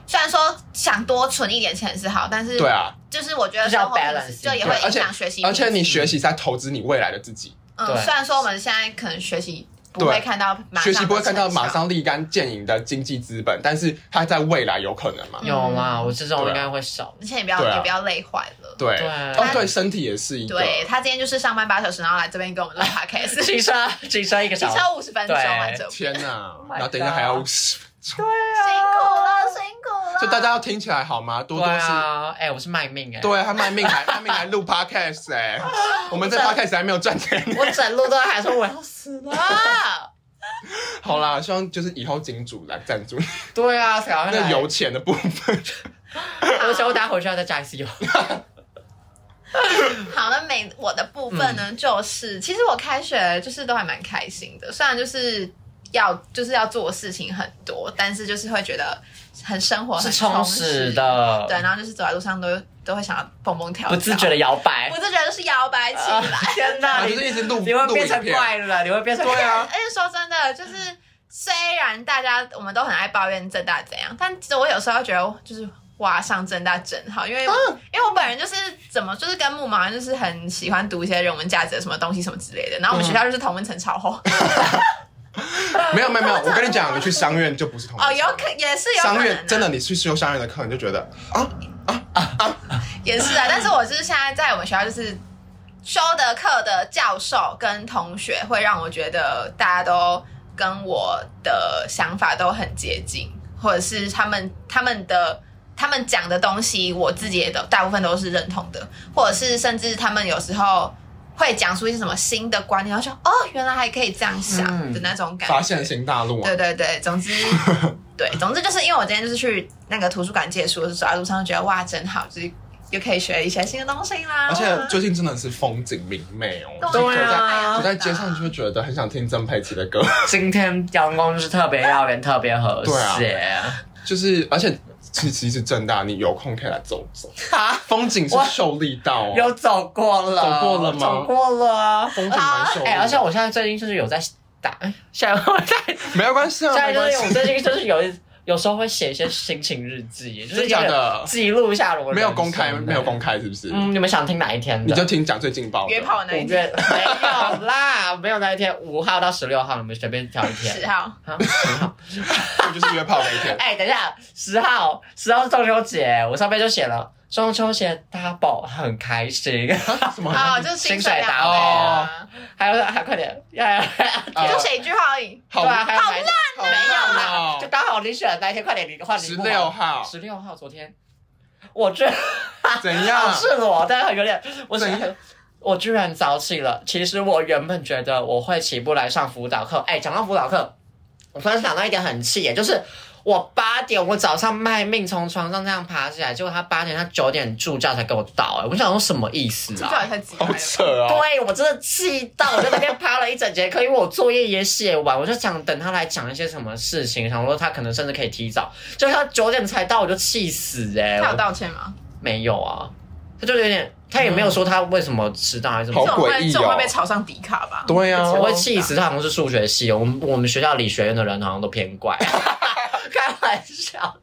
[SPEAKER 1] 虽然说想多存一点钱是好，但是
[SPEAKER 3] 对啊，
[SPEAKER 1] 就是我觉得
[SPEAKER 2] 就是要
[SPEAKER 1] 生活品
[SPEAKER 2] balance
[SPEAKER 1] 质就也
[SPEAKER 3] 对啊
[SPEAKER 1] 会
[SPEAKER 3] 而
[SPEAKER 1] 影
[SPEAKER 3] 且
[SPEAKER 1] 响学习
[SPEAKER 3] 而
[SPEAKER 1] 品质。
[SPEAKER 3] 且你学习是在投资你未来的自己，
[SPEAKER 1] 嗯，
[SPEAKER 2] 对
[SPEAKER 1] 虽然说我们现在可能学习不会
[SPEAKER 3] 对
[SPEAKER 1] 看到马上
[SPEAKER 3] 学习不会
[SPEAKER 1] 的
[SPEAKER 3] 看到
[SPEAKER 1] 成效
[SPEAKER 3] 马上立竿见影的经济资本，但是它在未来有可能嘛？
[SPEAKER 2] 有啦，我这种
[SPEAKER 3] 啊
[SPEAKER 2] 应该会少。
[SPEAKER 1] 而且也不要、
[SPEAKER 3] 对啊
[SPEAKER 1] 也不要累坏了。
[SPEAKER 3] 对，
[SPEAKER 2] 对
[SPEAKER 3] 哦，对，身体也是一个。
[SPEAKER 1] 对他今天就是上班八小时，然后来这边跟我 们录 podcast，
[SPEAKER 2] 轻车轻车一个
[SPEAKER 1] 骑
[SPEAKER 2] 小时，
[SPEAKER 1] 车五十分钟啊来这边，辛
[SPEAKER 3] 天哪
[SPEAKER 2] ！my
[SPEAKER 3] 然后等一下还要五十，
[SPEAKER 2] 啊
[SPEAKER 1] 苦了，辛苦了。
[SPEAKER 3] 就大家要听起来好吗？多
[SPEAKER 2] 对
[SPEAKER 3] 多是，
[SPEAKER 2] 啊，哎，我是卖命哎，
[SPEAKER 3] 对他卖命还 他卖命还录 podcast 哎，我们这 podcast 还没有赚钱。
[SPEAKER 2] 我整路都在喊说我要死了。
[SPEAKER 1] 啊，
[SPEAKER 3] 好啦，希望就是以后金主来赞助
[SPEAKER 2] 对啊，赶快
[SPEAKER 3] 那
[SPEAKER 2] 来
[SPEAKER 3] 油钱的部分。
[SPEAKER 2] 我想我等下回去要再加一次 油。
[SPEAKER 1] 好，那每我的部分呢，就是其实我开学就是都还蛮开心的，虽然就是要就是要做的事情很多，但是就是会觉得很生活
[SPEAKER 2] 是
[SPEAKER 1] 很
[SPEAKER 2] 充
[SPEAKER 1] 实
[SPEAKER 2] 实。的，
[SPEAKER 3] 啊
[SPEAKER 1] 对，然后就是走在路上都都会想要蹦蹦跳跳，
[SPEAKER 2] 不自觉的摇摆
[SPEAKER 1] 不。自觉的是摇摆起
[SPEAKER 2] 啊
[SPEAKER 1] 来。
[SPEAKER 2] 天哪，
[SPEAKER 3] 啊
[SPEAKER 2] 你
[SPEAKER 3] 就是一直录
[SPEAKER 2] 你会
[SPEAKER 3] 录
[SPEAKER 2] 变
[SPEAKER 3] 影
[SPEAKER 2] 成
[SPEAKER 3] 片，
[SPEAKER 2] 怪了，你会变成怪。
[SPEAKER 3] 啊
[SPEAKER 1] 而且说真的，就是虽然大家我们都很爱抱怨正大怎样，但其实我有时候觉得就是哇，上正大真好，因为、因为我本人就是怎么就是跟木毛就是很喜欢读一些人文价值的什么东西什么之类的，然后我们学校就是同文层超厚、
[SPEAKER 3] 没有没有没有，我跟你讲，你去商院就不是同
[SPEAKER 1] 哦，有可也是有可
[SPEAKER 3] 商
[SPEAKER 1] 能、
[SPEAKER 3] 院
[SPEAKER 1] 啊，
[SPEAKER 3] 真的，你去修商院的课，你就觉得啊，
[SPEAKER 1] 也是啊，但是我就是现在在我们学校就是。修的课的教授跟同学会让我觉得大家都跟我的想法都很接近，或者是他们他们的他们讲的东西，我自己也都大部分都是认同的，或者是甚至他们有时候会讲出一些什么新的观念，然后说哦，原来还可以这样想
[SPEAKER 2] 嗯
[SPEAKER 1] 的那种感觉，
[SPEAKER 3] 发现新大陆啊
[SPEAKER 1] 对。对对，总 之，对，总之就是因为我今天就是去那个图书馆借书，就是走在啊路上就觉得哇，真好，就是又可以学一些新的东西啦。
[SPEAKER 3] 而且最近真的是风景明媚哦，
[SPEAKER 1] 对
[SPEAKER 3] 就是走在
[SPEAKER 2] 啊
[SPEAKER 3] 走在街上，你就会觉得很想听曾沛慈的歌，
[SPEAKER 2] 今天阳光就是特别耀眼，特别和谐
[SPEAKER 3] 对。啊就是而且其其实正大，你有空可以来走走，
[SPEAKER 2] 啊，
[SPEAKER 3] 风景是
[SPEAKER 2] 哇
[SPEAKER 3] 秀丽到哦，
[SPEAKER 2] 又走过了，
[SPEAKER 3] 走过了吗
[SPEAKER 2] 走过了啊。
[SPEAKER 3] 风景蛮秀丽的。
[SPEAKER 2] 哎，而且我现在最近就是有在打，哎现 在我在，
[SPEAKER 3] 没有关系啊，
[SPEAKER 2] 现在
[SPEAKER 3] 没
[SPEAKER 2] 就
[SPEAKER 3] 关
[SPEAKER 2] 是我
[SPEAKER 3] 系，
[SPEAKER 2] 最近就是有一有时候会写一些心情日记，就
[SPEAKER 3] 真
[SPEAKER 2] 是
[SPEAKER 3] 的假的？
[SPEAKER 2] 记录一下我的
[SPEAKER 3] 没有公开，
[SPEAKER 2] 人生
[SPEAKER 3] 没有公开，是不是？
[SPEAKER 2] 嗯，你们想听哪一天
[SPEAKER 3] 你
[SPEAKER 2] 的？
[SPEAKER 3] 就听讲最劲爆的
[SPEAKER 1] 约炮那
[SPEAKER 2] 五
[SPEAKER 1] 一天，
[SPEAKER 2] 月没有啦，没有那一天，五号到十六号，你们随便挑一天。
[SPEAKER 1] 十号，
[SPEAKER 2] 啊，十号。
[SPEAKER 3] 我 就是约炮那一天。
[SPEAKER 2] 哎、等一下，十号，十号是中秋节，我上面就写了中秋节 double 很开心，
[SPEAKER 3] 什么？
[SPEAKER 1] 哦，就是薪水
[SPEAKER 2] 薪水
[SPEAKER 1] 两
[SPEAKER 2] 打
[SPEAKER 1] 倍
[SPEAKER 3] 哦
[SPEAKER 1] 啊，
[SPEAKER 2] 还有还快点，要要
[SPEAKER 3] 啊
[SPEAKER 1] 就写一句话而已。
[SPEAKER 3] 好
[SPEAKER 2] 对啊，还有
[SPEAKER 1] 好
[SPEAKER 2] 还
[SPEAKER 3] 好
[SPEAKER 2] 有
[SPEAKER 3] 烂
[SPEAKER 2] 啦，就
[SPEAKER 3] 哦！
[SPEAKER 2] 刚好你选的那一天，快点你换你
[SPEAKER 3] 十六号
[SPEAKER 2] 十六号昨天，我居然
[SPEAKER 3] 怎
[SPEAKER 2] 好哦
[SPEAKER 3] 样？
[SPEAKER 2] 赤裸，但是有点，我
[SPEAKER 3] 怎
[SPEAKER 2] 是。我居然早起了。其实我原本觉得我会起不来上辅导课。哎，讲到辅导课，我突然想到一点很气耶，就是我八点，我早上卖命从床上这样爬起来，结果他八点，他九点助教才给我到。哎，我想说什么意思
[SPEAKER 1] 助教
[SPEAKER 2] 啊
[SPEAKER 1] 也？太急了
[SPEAKER 3] 好
[SPEAKER 1] 吧。
[SPEAKER 3] 扯哦！
[SPEAKER 2] 对，我真的气到，我在那边趴了一整节课，因为我作业也写完，我就想等他来讲一些什么事情，想说他可能甚至可以
[SPEAKER 3] 哦
[SPEAKER 2] 提早，就他九点才到，我就气死哎、
[SPEAKER 1] 他有
[SPEAKER 2] 我
[SPEAKER 1] 道歉吗？
[SPEAKER 2] 没有啊，他就有点，他也没有说他为什么迟到还是什么
[SPEAKER 3] 好。
[SPEAKER 1] 这
[SPEAKER 3] 啊
[SPEAKER 1] 种
[SPEAKER 3] 诡
[SPEAKER 1] 会
[SPEAKER 3] 异哦
[SPEAKER 1] 这种会被炒上迪卡吧？
[SPEAKER 3] 对呀、
[SPEAKER 2] 我会气死他，好像是数学系，我们我们学校理学院的人好像都偏怪，开玩笑。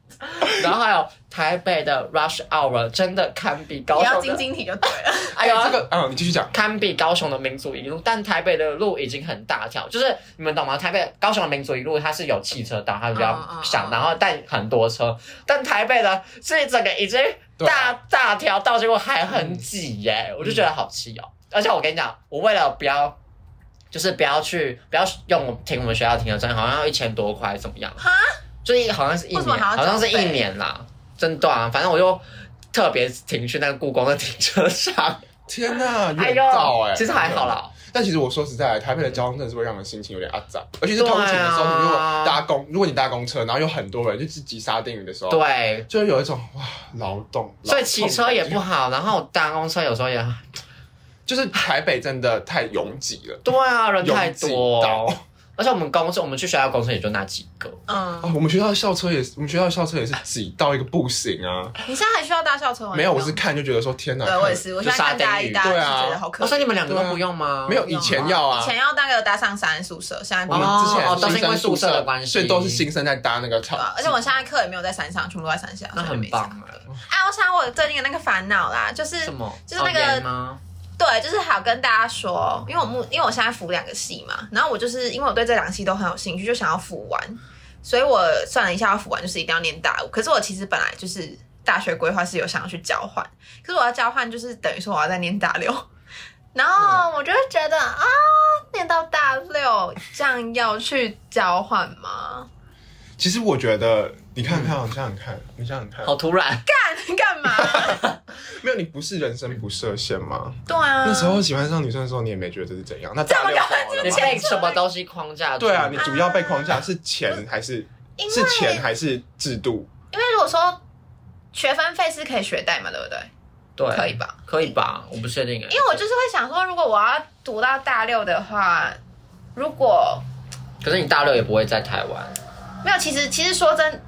[SPEAKER 2] 然后还有台北的 rush hour 真的堪比高
[SPEAKER 1] 也要
[SPEAKER 2] 雄
[SPEAKER 1] 晶
[SPEAKER 2] 的，
[SPEAKER 1] 晶体就对了。
[SPEAKER 2] 哎呦，
[SPEAKER 3] 这个啊、你继续讲。
[SPEAKER 2] 堪比高雄的民族一路，但台北的路已经很大条，就是你们懂吗？台北高雄的民族一路它是有汽车道，它比较
[SPEAKER 1] 嗯嗯嗯
[SPEAKER 2] 小，然后但很多车，但台北的是整个已经
[SPEAKER 3] 对
[SPEAKER 2] 大
[SPEAKER 3] 啊嗯
[SPEAKER 2] 大条道，结果还很挤耶，我就觉得好气哦。而且我跟你讲，我为了不要。就是不要去，不要用我停我们学校停车证，好像要一千多块，怎么样？
[SPEAKER 1] 哈，
[SPEAKER 2] 就是一好像是一
[SPEAKER 1] 为什么
[SPEAKER 2] 年，
[SPEAKER 1] 还要
[SPEAKER 2] 好像是一
[SPEAKER 1] 缴费
[SPEAKER 2] 年啦，真的啊。反正我就特别停去那个故宫的停车场，
[SPEAKER 3] 天呐，
[SPEAKER 2] 哎
[SPEAKER 3] 远
[SPEAKER 2] 呦
[SPEAKER 3] 道哎、
[SPEAKER 2] 其实还好。啦，
[SPEAKER 3] 但其实我说实在，台北的交通真的是会让人心情有点阿杂，而且是通勤的时候，
[SPEAKER 2] 对啊
[SPEAKER 3] 你如果搭公，如果你搭公车，然后有很多人，就是急刹定语的
[SPEAKER 2] 哦
[SPEAKER 3] 时候，，
[SPEAKER 2] 对，
[SPEAKER 3] 就有一种哇劳动。
[SPEAKER 2] 所以
[SPEAKER 3] 劳
[SPEAKER 2] 骑
[SPEAKER 3] 动
[SPEAKER 2] 车也不
[SPEAKER 3] 感
[SPEAKER 2] 好，然后搭公车有时候也，
[SPEAKER 3] 觉，就是台北真的太拥挤了。
[SPEAKER 2] 对啊，人太
[SPEAKER 3] 拥挤
[SPEAKER 2] 多
[SPEAKER 3] 到，
[SPEAKER 2] 而且我们公司我们去学校公司也就那几个，
[SPEAKER 1] 嗯，
[SPEAKER 3] 啊，我们学校的校车也是，我们学校的校车也是挤到一个不行啊！
[SPEAKER 1] 你现在还需要搭校
[SPEAKER 2] 哦
[SPEAKER 1] 车吗？
[SPEAKER 3] 没有，我是看就觉得说天哪，
[SPEAKER 1] 对我也是，我现在看大一、大
[SPEAKER 3] 就
[SPEAKER 1] 二
[SPEAKER 3] 沙丁鱼啊
[SPEAKER 1] 就觉得好可
[SPEAKER 2] 哦，所以
[SPEAKER 1] 惜。
[SPEAKER 2] 你们两个都不用吗？
[SPEAKER 3] 看没有以前要啊
[SPEAKER 1] 以，前要大概有搭上山宿舍，现在不
[SPEAKER 3] 我们
[SPEAKER 1] 用
[SPEAKER 2] 哦
[SPEAKER 3] 之前
[SPEAKER 2] 哦都是
[SPEAKER 3] 新
[SPEAKER 2] 因为
[SPEAKER 3] 生
[SPEAKER 2] 宿
[SPEAKER 3] 宿
[SPEAKER 2] 舍的关系
[SPEAKER 3] 所以都是新生在搭那个
[SPEAKER 1] 对
[SPEAKER 3] 场
[SPEAKER 1] 啊，而且我现在课也没有在山上，全部都在山下，
[SPEAKER 2] 那
[SPEAKER 1] 所以
[SPEAKER 2] 很
[SPEAKER 1] 没
[SPEAKER 2] 棒
[SPEAKER 1] 差。
[SPEAKER 2] 啊。
[SPEAKER 1] 哎，我想我最近的那个烦恼啦，就是
[SPEAKER 2] 什么？
[SPEAKER 1] 就是那个
[SPEAKER 2] 熬夜吗？
[SPEAKER 1] 对，就是好跟大家说，因为我目因为我现在辅两个系嘛，然后我就是因为我对这两个系都很有兴趣，就想要辅完，所以我算了一下，要辅完就是一定要念大五。可是我其实本来就是大学规划是有想要去交换，可是我要交换就是等于说我要再念大六，然
[SPEAKER 2] 嗯
[SPEAKER 1] 后我就会觉得啊，念到大六这样要去交换吗？
[SPEAKER 3] 其实我觉得，你看看，你想想看，你想想看，
[SPEAKER 2] 好突然，
[SPEAKER 1] 干干 嘛？
[SPEAKER 3] 没有，你不是人生不设限吗？
[SPEAKER 1] 对
[SPEAKER 2] 嗯
[SPEAKER 1] 啊，
[SPEAKER 3] 那时候喜欢上女生的时候，你也没觉得这是怎样。那大
[SPEAKER 1] 这
[SPEAKER 3] 六
[SPEAKER 1] 么
[SPEAKER 3] 怎么
[SPEAKER 2] 你
[SPEAKER 3] 了吗？
[SPEAKER 2] 被什么东西框架住？
[SPEAKER 3] 对啊，你主要被框架是
[SPEAKER 2] 啊
[SPEAKER 3] 钱还是
[SPEAKER 1] 因为
[SPEAKER 3] 是钱还是制度？
[SPEAKER 1] 因为如果说学分费是可以学贷嘛，对不对？
[SPEAKER 2] 对，
[SPEAKER 1] 可以吧？
[SPEAKER 2] 可以吧？我不确定哎，
[SPEAKER 1] 因为我就是会想说，如果我要读到大六的话，如果
[SPEAKER 2] 可是你大六也不会在台湾，
[SPEAKER 1] 没有，其实其实说真，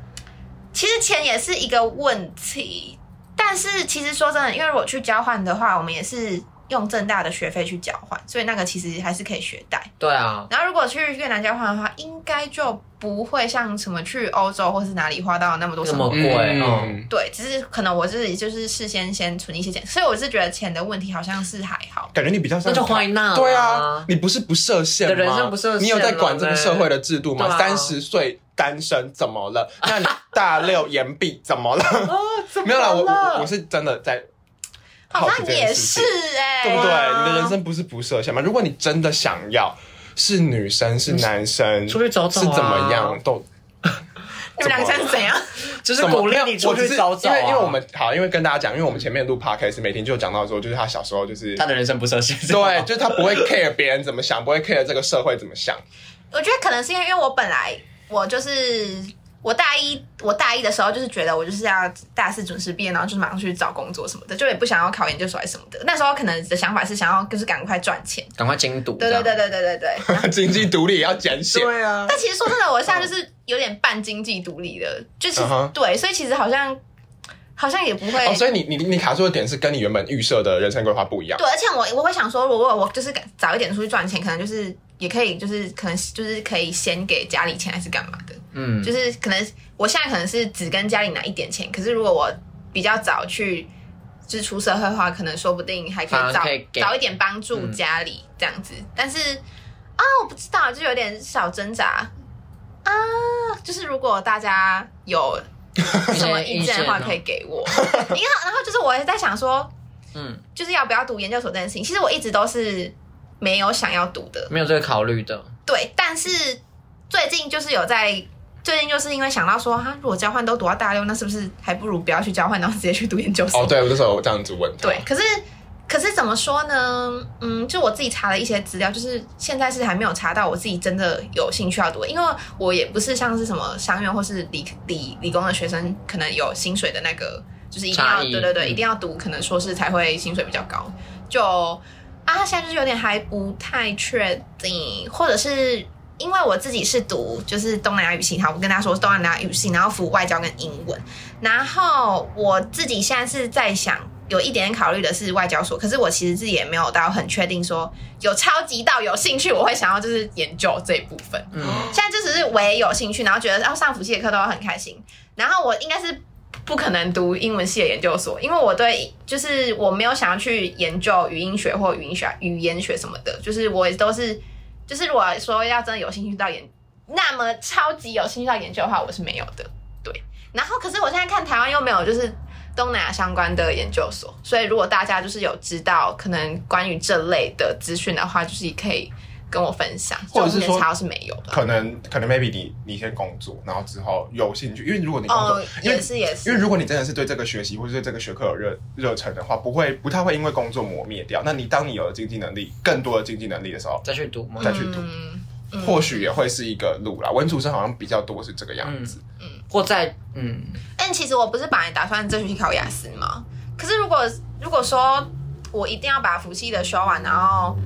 [SPEAKER 1] 其实钱也是一个问题。但是其实说真的，因为如果去交换的话，我们也是用正大的学费去交换，所以那个其实还是可以学贷。
[SPEAKER 2] 对啊，
[SPEAKER 1] 然后如果去越南交换的话，应该就不会像什么去欧洲或是哪里花到那么多
[SPEAKER 2] 那
[SPEAKER 1] 生
[SPEAKER 2] 么
[SPEAKER 1] 活
[SPEAKER 2] 贵嗯，
[SPEAKER 1] 对，只是可能我自己就是事先先存一些钱，所以我是觉得钱的问题好像是还好。
[SPEAKER 3] 感觉你比较像
[SPEAKER 2] 那就 why not 啊
[SPEAKER 3] 对啊，你不是不设限吗？
[SPEAKER 2] 你的人生不设限啊
[SPEAKER 3] 你有在管这个社会的制度
[SPEAKER 2] 了
[SPEAKER 3] 吗？
[SPEAKER 2] 嘞
[SPEAKER 3] 三十岁单身怎么了？那你大六延毕怎么了？ 没有啦，我我我是真的在
[SPEAKER 1] 好
[SPEAKER 3] 好奇
[SPEAKER 1] 像
[SPEAKER 3] 这件
[SPEAKER 1] 也是
[SPEAKER 3] 事情
[SPEAKER 1] 哎、
[SPEAKER 3] 对不对？
[SPEAKER 2] 啊
[SPEAKER 3] 你的人生不是不设限吗？如果你真的想要，是女生是男生，
[SPEAKER 2] 出去走走啊
[SPEAKER 3] 是怎么样都。
[SPEAKER 1] 你们两个现在是怎样？
[SPEAKER 2] 就是鼓励你出
[SPEAKER 3] 我只
[SPEAKER 2] 去
[SPEAKER 3] 是
[SPEAKER 2] 走走啊，
[SPEAKER 3] 因为因为我们好，因为跟大家讲，因为我们前面录 podcast 每天就有讲到说，就是他小时候 就是
[SPEAKER 2] 他的人生不设限，
[SPEAKER 3] 对，就是他不会 care 别人怎么想，不会 care 这个社会怎么想。
[SPEAKER 1] 我觉得可能是因为，因为我本来我就是我大一，我大一的时候就是觉得我就是要大四准时毕业，然后就是马上去找工作什么的，就也不想要考研究所还是什么的。那时候可能的想法是想要就是赶快赚钱，
[SPEAKER 2] 赶快精读，
[SPEAKER 1] 对对对对对对对。
[SPEAKER 3] 经济独立也要减险，
[SPEAKER 2] 啊，
[SPEAKER 1] 但其实说真的，我现在就是有点半经济独立的，就其实、
[SPEAKER 3] 嗯哼
[SPEAKER 1] 对，所以其实好像好像也不会。
[SPEAKER 3] 哦，所以你你你卡住的点是跟你原本预设的人生规划不一样。
[SPEAKER 1] 对，而且我我会想说，如果我就是早一点出去赚钱，可能就是也可以，就是可能就是可以先给家里钱还是干嘛的。
[SPEAKER 2] 嗯，
[SPEAKER 1] 就是可能我现在可能是只跟家里拿一点钱，可是如果我比较早去就是出社会的话，可能说不定还可
[SPEAKER 2] 反而
[SPEAKER 1] 以早
[SPEAKER 2] 可以给嗯
[SPEAKER 1] 早一点帮助家里这样子。但是啊，我不知道，就有点小挣扎啊。就是如果大家 有什么意见的
[SPEAKER 2] 哦
[SPEAKER 1] 话，可以给我。然后，然后就是我也在想说，
[SPEAKER 2] 嗯，
[SPEAKER 1] 就是要不要读研究所这件事情，其实我一直都是没有想要读的。
[SPEAKER 2] 没有这个考虑的，
[SPEAKER 1] 对，但是最近就是有在，最近就是因为想到说，哈，如果交换都读到大六，那是不是还不如不要去交换，然后直接去读研究所？
[SPEAKER 3] 哦，对，我那时候有这样子问他。
[SPEAKER 1] 对，可是可是怎么说呢？嗯，就我自己查了一些资料，就是现在是还没有查到我自己真的有兴趣要读的，因为我也不是像是什么商院或是理理理工的学生，可能有薪水的那个，就是一定要
[SPEAKER 2] 差异
[SPEAKER 1] 对对对，
[SPEAKER 2] 嗯
[SPEAKER 1] 一定要读，可能硕士才会薪水比较高。就啊，现在就是有点还不太确定，或者是。因为我自己是读就是东南亚语系，好，我跟大家说是东南亚语系，然后辅外交跟英文，然后我自己现在是在想有一点点考虑的是外交所，可是我其实自己也没有到很确定说有超级到有兴趣，我会想要就是研究这一部分。
[SPEAKER 2] 嗯，
[SPEAKER 1] 现在就只是我也有兴趣，然后觉得哦上辅系的课都很开心，然后我应该是不可能读英文系的研究所，因为我对就是我没有想要去研究语音学或语音学语言学什么的，就是我都是就是如果说要真的有兴趣到研那么超级有兴趣到研究的话，我是没有的。对，然后可是我现在看台湾又没有就是。东南亚相关的研究所，所以如果大家就是有知道可能关于这类的资讯的话，就是可以跟我分享。
[SPEAKER 3] 或者
[SPEAKER 1] 就目
[SPEAKER 3] 是
[SPEAKER 1] 前
[SPEAKER 3] 说
[SPEAKER 1] 查到是没有的。
[SPEAKER 3] 可能可能 maybe 你你先工作，然后之后有兴趣，因为如果你工作，
[SPEAKER 1] 哦，
[SPEAKER 3] 因为
[SPEAKER 1] 也是也是，
[SPEAKER 3] 因为如果你真的是对这个学习或者对这个学科有热热忱的话，不会不太会因为工作磨灭掉。那你当你有了经济能力，更多的经济能力的时候，
[SPEAKER 2] 再去读吗？
[SPEAKER 3] 再去读，
[SPEAKER 1] 嗯嗯
[SPEAKER 3] 或许也会是一个路啦。文组生好像比较多是这个样子，
[SPEAKER 2] 或在嗯，
[SPEAKER 1] 但其实我不是本来打算这学期考雅思吗？可是如果如果说我一定要把辅系的修完，然后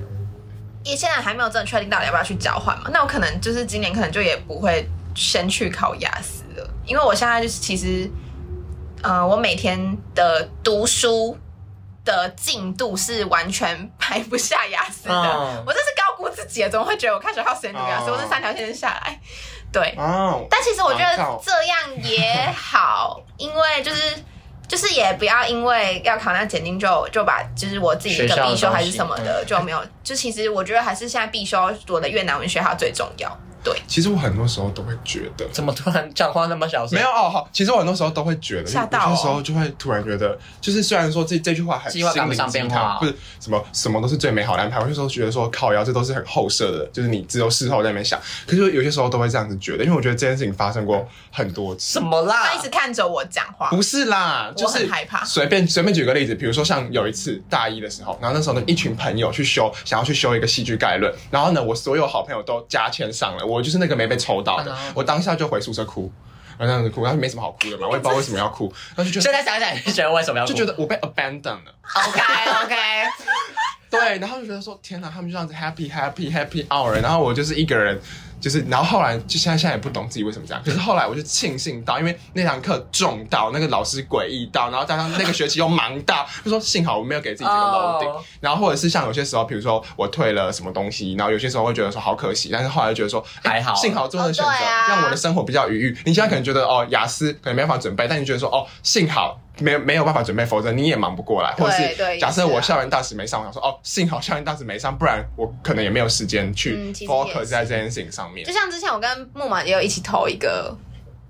[SPEAKER 1] 也现在还没有真的确定到底要不要去交换嘛，那我可能就是今年可能就也不会先去考雅思了，因为我现在就是其实，呃，我每天的读书的进度是完全排不下雅思的，
[SPEAKER 2] 嗯
[SPEAKER 1] 我这是高估自己了，怎么会觉得我开学还有时间读雅思？
[SPEAKER 3] 哦
[SPEAKER 1] 我是三条线下来，对，
[SPEAKER 3] 哦，
[SPEAKER 1] 但其实我觉
[SPEAKER 3] 蛮靠
[SPEAKER 1] 得这样也好，因为就是就是也不要因为要考那检定就就把就是我自己一
[SPEAKER 2] 学校
[SPEAKER 1] 个
[SPEAKER 2] 的
[SPEAKER 1] 必修还是
[SPEAKER 2] 东西
[SPEAKER 1] 什么的就没有，就其实我觉得还是现在必修我的越南文学好最重要。对，
[SPEAKER 3] 其实我很多时候都会觉得。
[SPEAKER 2] 怎么突然讲话那么小声？
[SPEAKER 3] 没有哦，好，其实我很多时候都会觉得，
[SPEAKER 1] 吓到哦
[SPEAKER 3] 有些时候就会突然觉得，就是虽然说这这句话很
[SPEAKER 2] 计
[SPEAKER 3] 心
[SPEAKER 2] 划赶
[SPEAKER 3] 灵
[SPEAKER 2] 不
[SPEAKER 3] 鸡
[SPEAKER 2] 上变化
[SPEAKER 3] 汤，不是什么什么都是最美好的安排，我有些时候觉得说靠腰，这都是很后设的，就是你只有事后在那边想，可是有些时候都会这样子觉得，因为我觉得这件事情发生过很多次
[SPEAKER 2] 什。么啦
[SPEAKER 1] 他一？直看着我讲话，
[SPEAKER 3] 不是啦，
[SPEAKER 1] 我
[SPEAKER 3] 就是
[SPEAKER 1] 很害怕
[SPEAKER 3] 随便随便举个例子，比如说像有一次大一的时候，然后那时候呢一群朋友去修，想要去修一个戏剧概论，然后呢我所有好朋友都加签上了，我就是那个没被抽到的
[SPEAKER 2] 哎呦，
[SPEAKER 3] 我当下就回宿舍哭，然后那样子哭，然后没什么好哭的嘛，我也不知道为什么要哭，然后就觉
[SPEAKER 2] 现
[SPEAKER 3] 得
[SPEAKER 2] 在想想，你觉得为什么要哭
[SPEAKER 3] 就觉得我被 abandon 了，
[SPEAKER 1] OK OK，
[SPEAKER 3] 对，然后就觉得说天哪，他们就这样子 happy happy happy hour，然后我就是一个人。就是，然后后来就现在现在也不懂自己为什么这样，可是后来我就庆幸到，因为那堂课重到，那个老师诡异到，然后加上那个学期又忙到，就说幸好我没有给自己这个 loading，、
[SPEAKER 2] 哦
[SPEAKER 3] 然后或者是像有些时候，比如说我退了什么东西，然后有些时候会觉得说好可惜，但是后来就觉得说哎
[SPEAKER 2] 还好
[SPEAKER 3] 幸好做的选择、
[SPEAKER 1] 哦对啊
[SPEAKER 3] 让我的生活比较愉悦。你现在可能觉得哦雅思可能没办法准备，但你觉得说哦幸好没有没有办法准备，否则你也忙不过来，或者
[SPEAKER 1] 对对
[SPEAKER 3] 是假设
[SPEAKER 1] 也是啊
[SPEAKER 3] 我校园大使没上，我想说哦幸好校园大使没上，不然我可能也没有时间去
[SPEAKER 1] 嗯其实也是
[SPEAKER 3] focus 在这件事情上面
[SPEAKER 1] 就。像之前我跟木马也有一起投一个。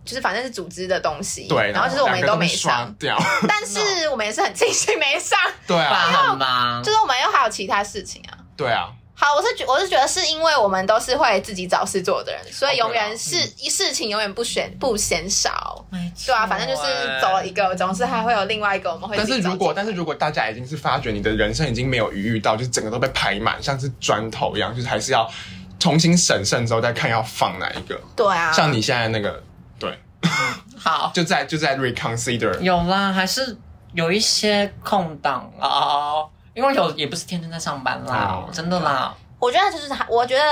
[SPEAKER 1] 就是反正是组织的东西，
[SPEAKER 3] 对，
[SPEAKER 1] 然后就是我们也
[SPEAKER 3] 两个都
[SPEAKER 1] 没
[SPEAKER 3] 被刷
[SPEAKER 1] 上，
[SPEAKER 3] 掉，
[SPEAKER 1] 但是我们也是很庆幸没上，
[SPEAKER 3] 对
[SPEAKER 2] 爸
[SPEAKER 3] 啊，
[SPEAKER 2] 很忙
[SPEAKER 1] 就，是我们又还有其他事情啊。
[SPEAKER 3] 对啊，
[SPEAKER 1] 好，我是觉我是觉得是因为我们都是会自己找事做的人，
[SPEAKER 3] 哦
[SPEAKER 1] 所以
[SPEAKER 3] 啊
[SPEAKER 1] 永
[SPEAKER 3] 嗯
[SPEAKER 1] 远事、事情永远不嫌不嫌少。对啊，反正就是走了一个，总是还会有另外一个我们会
[SPEAKER 3] 但
[SPEAKER 1] 自
[SPEAKER 3] 是
[SPEAKER 1] 己找
[SPEAKER 3] 如果但是如果大家已经是发觉你的人生已经没有余裕到，就是整个都被排满，像是砖头一样，就是还是要重新审慎之后再看要放哪一个。
[SPEAKER 1] 对啊，
[SPEAKER 3] 像你现在那个，对，
[SPEAKER 2] 好，
[SPEAKER 3] 就在就在 reconsider。
[SPEAKER 2] 有啦，还是有一些空档哦，因为有也不是天天在上班啦，
[SPEAKER 3] 哦
[SPEAKER 2] 真的啦，
[SPEAKER 1] 我觉得就是还，我觉得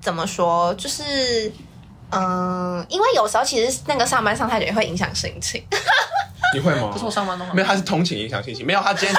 [SPEAKER 1] 怎么说，就是嗯，因为有时候其实那个上班上太久也会影响心情。
[SPEAKER 3] 你会吗
[SPEAKER 2] 可？是我上班都忙
[SPEAKER 3] 没有，他是通勤影响心情。没有，他 今天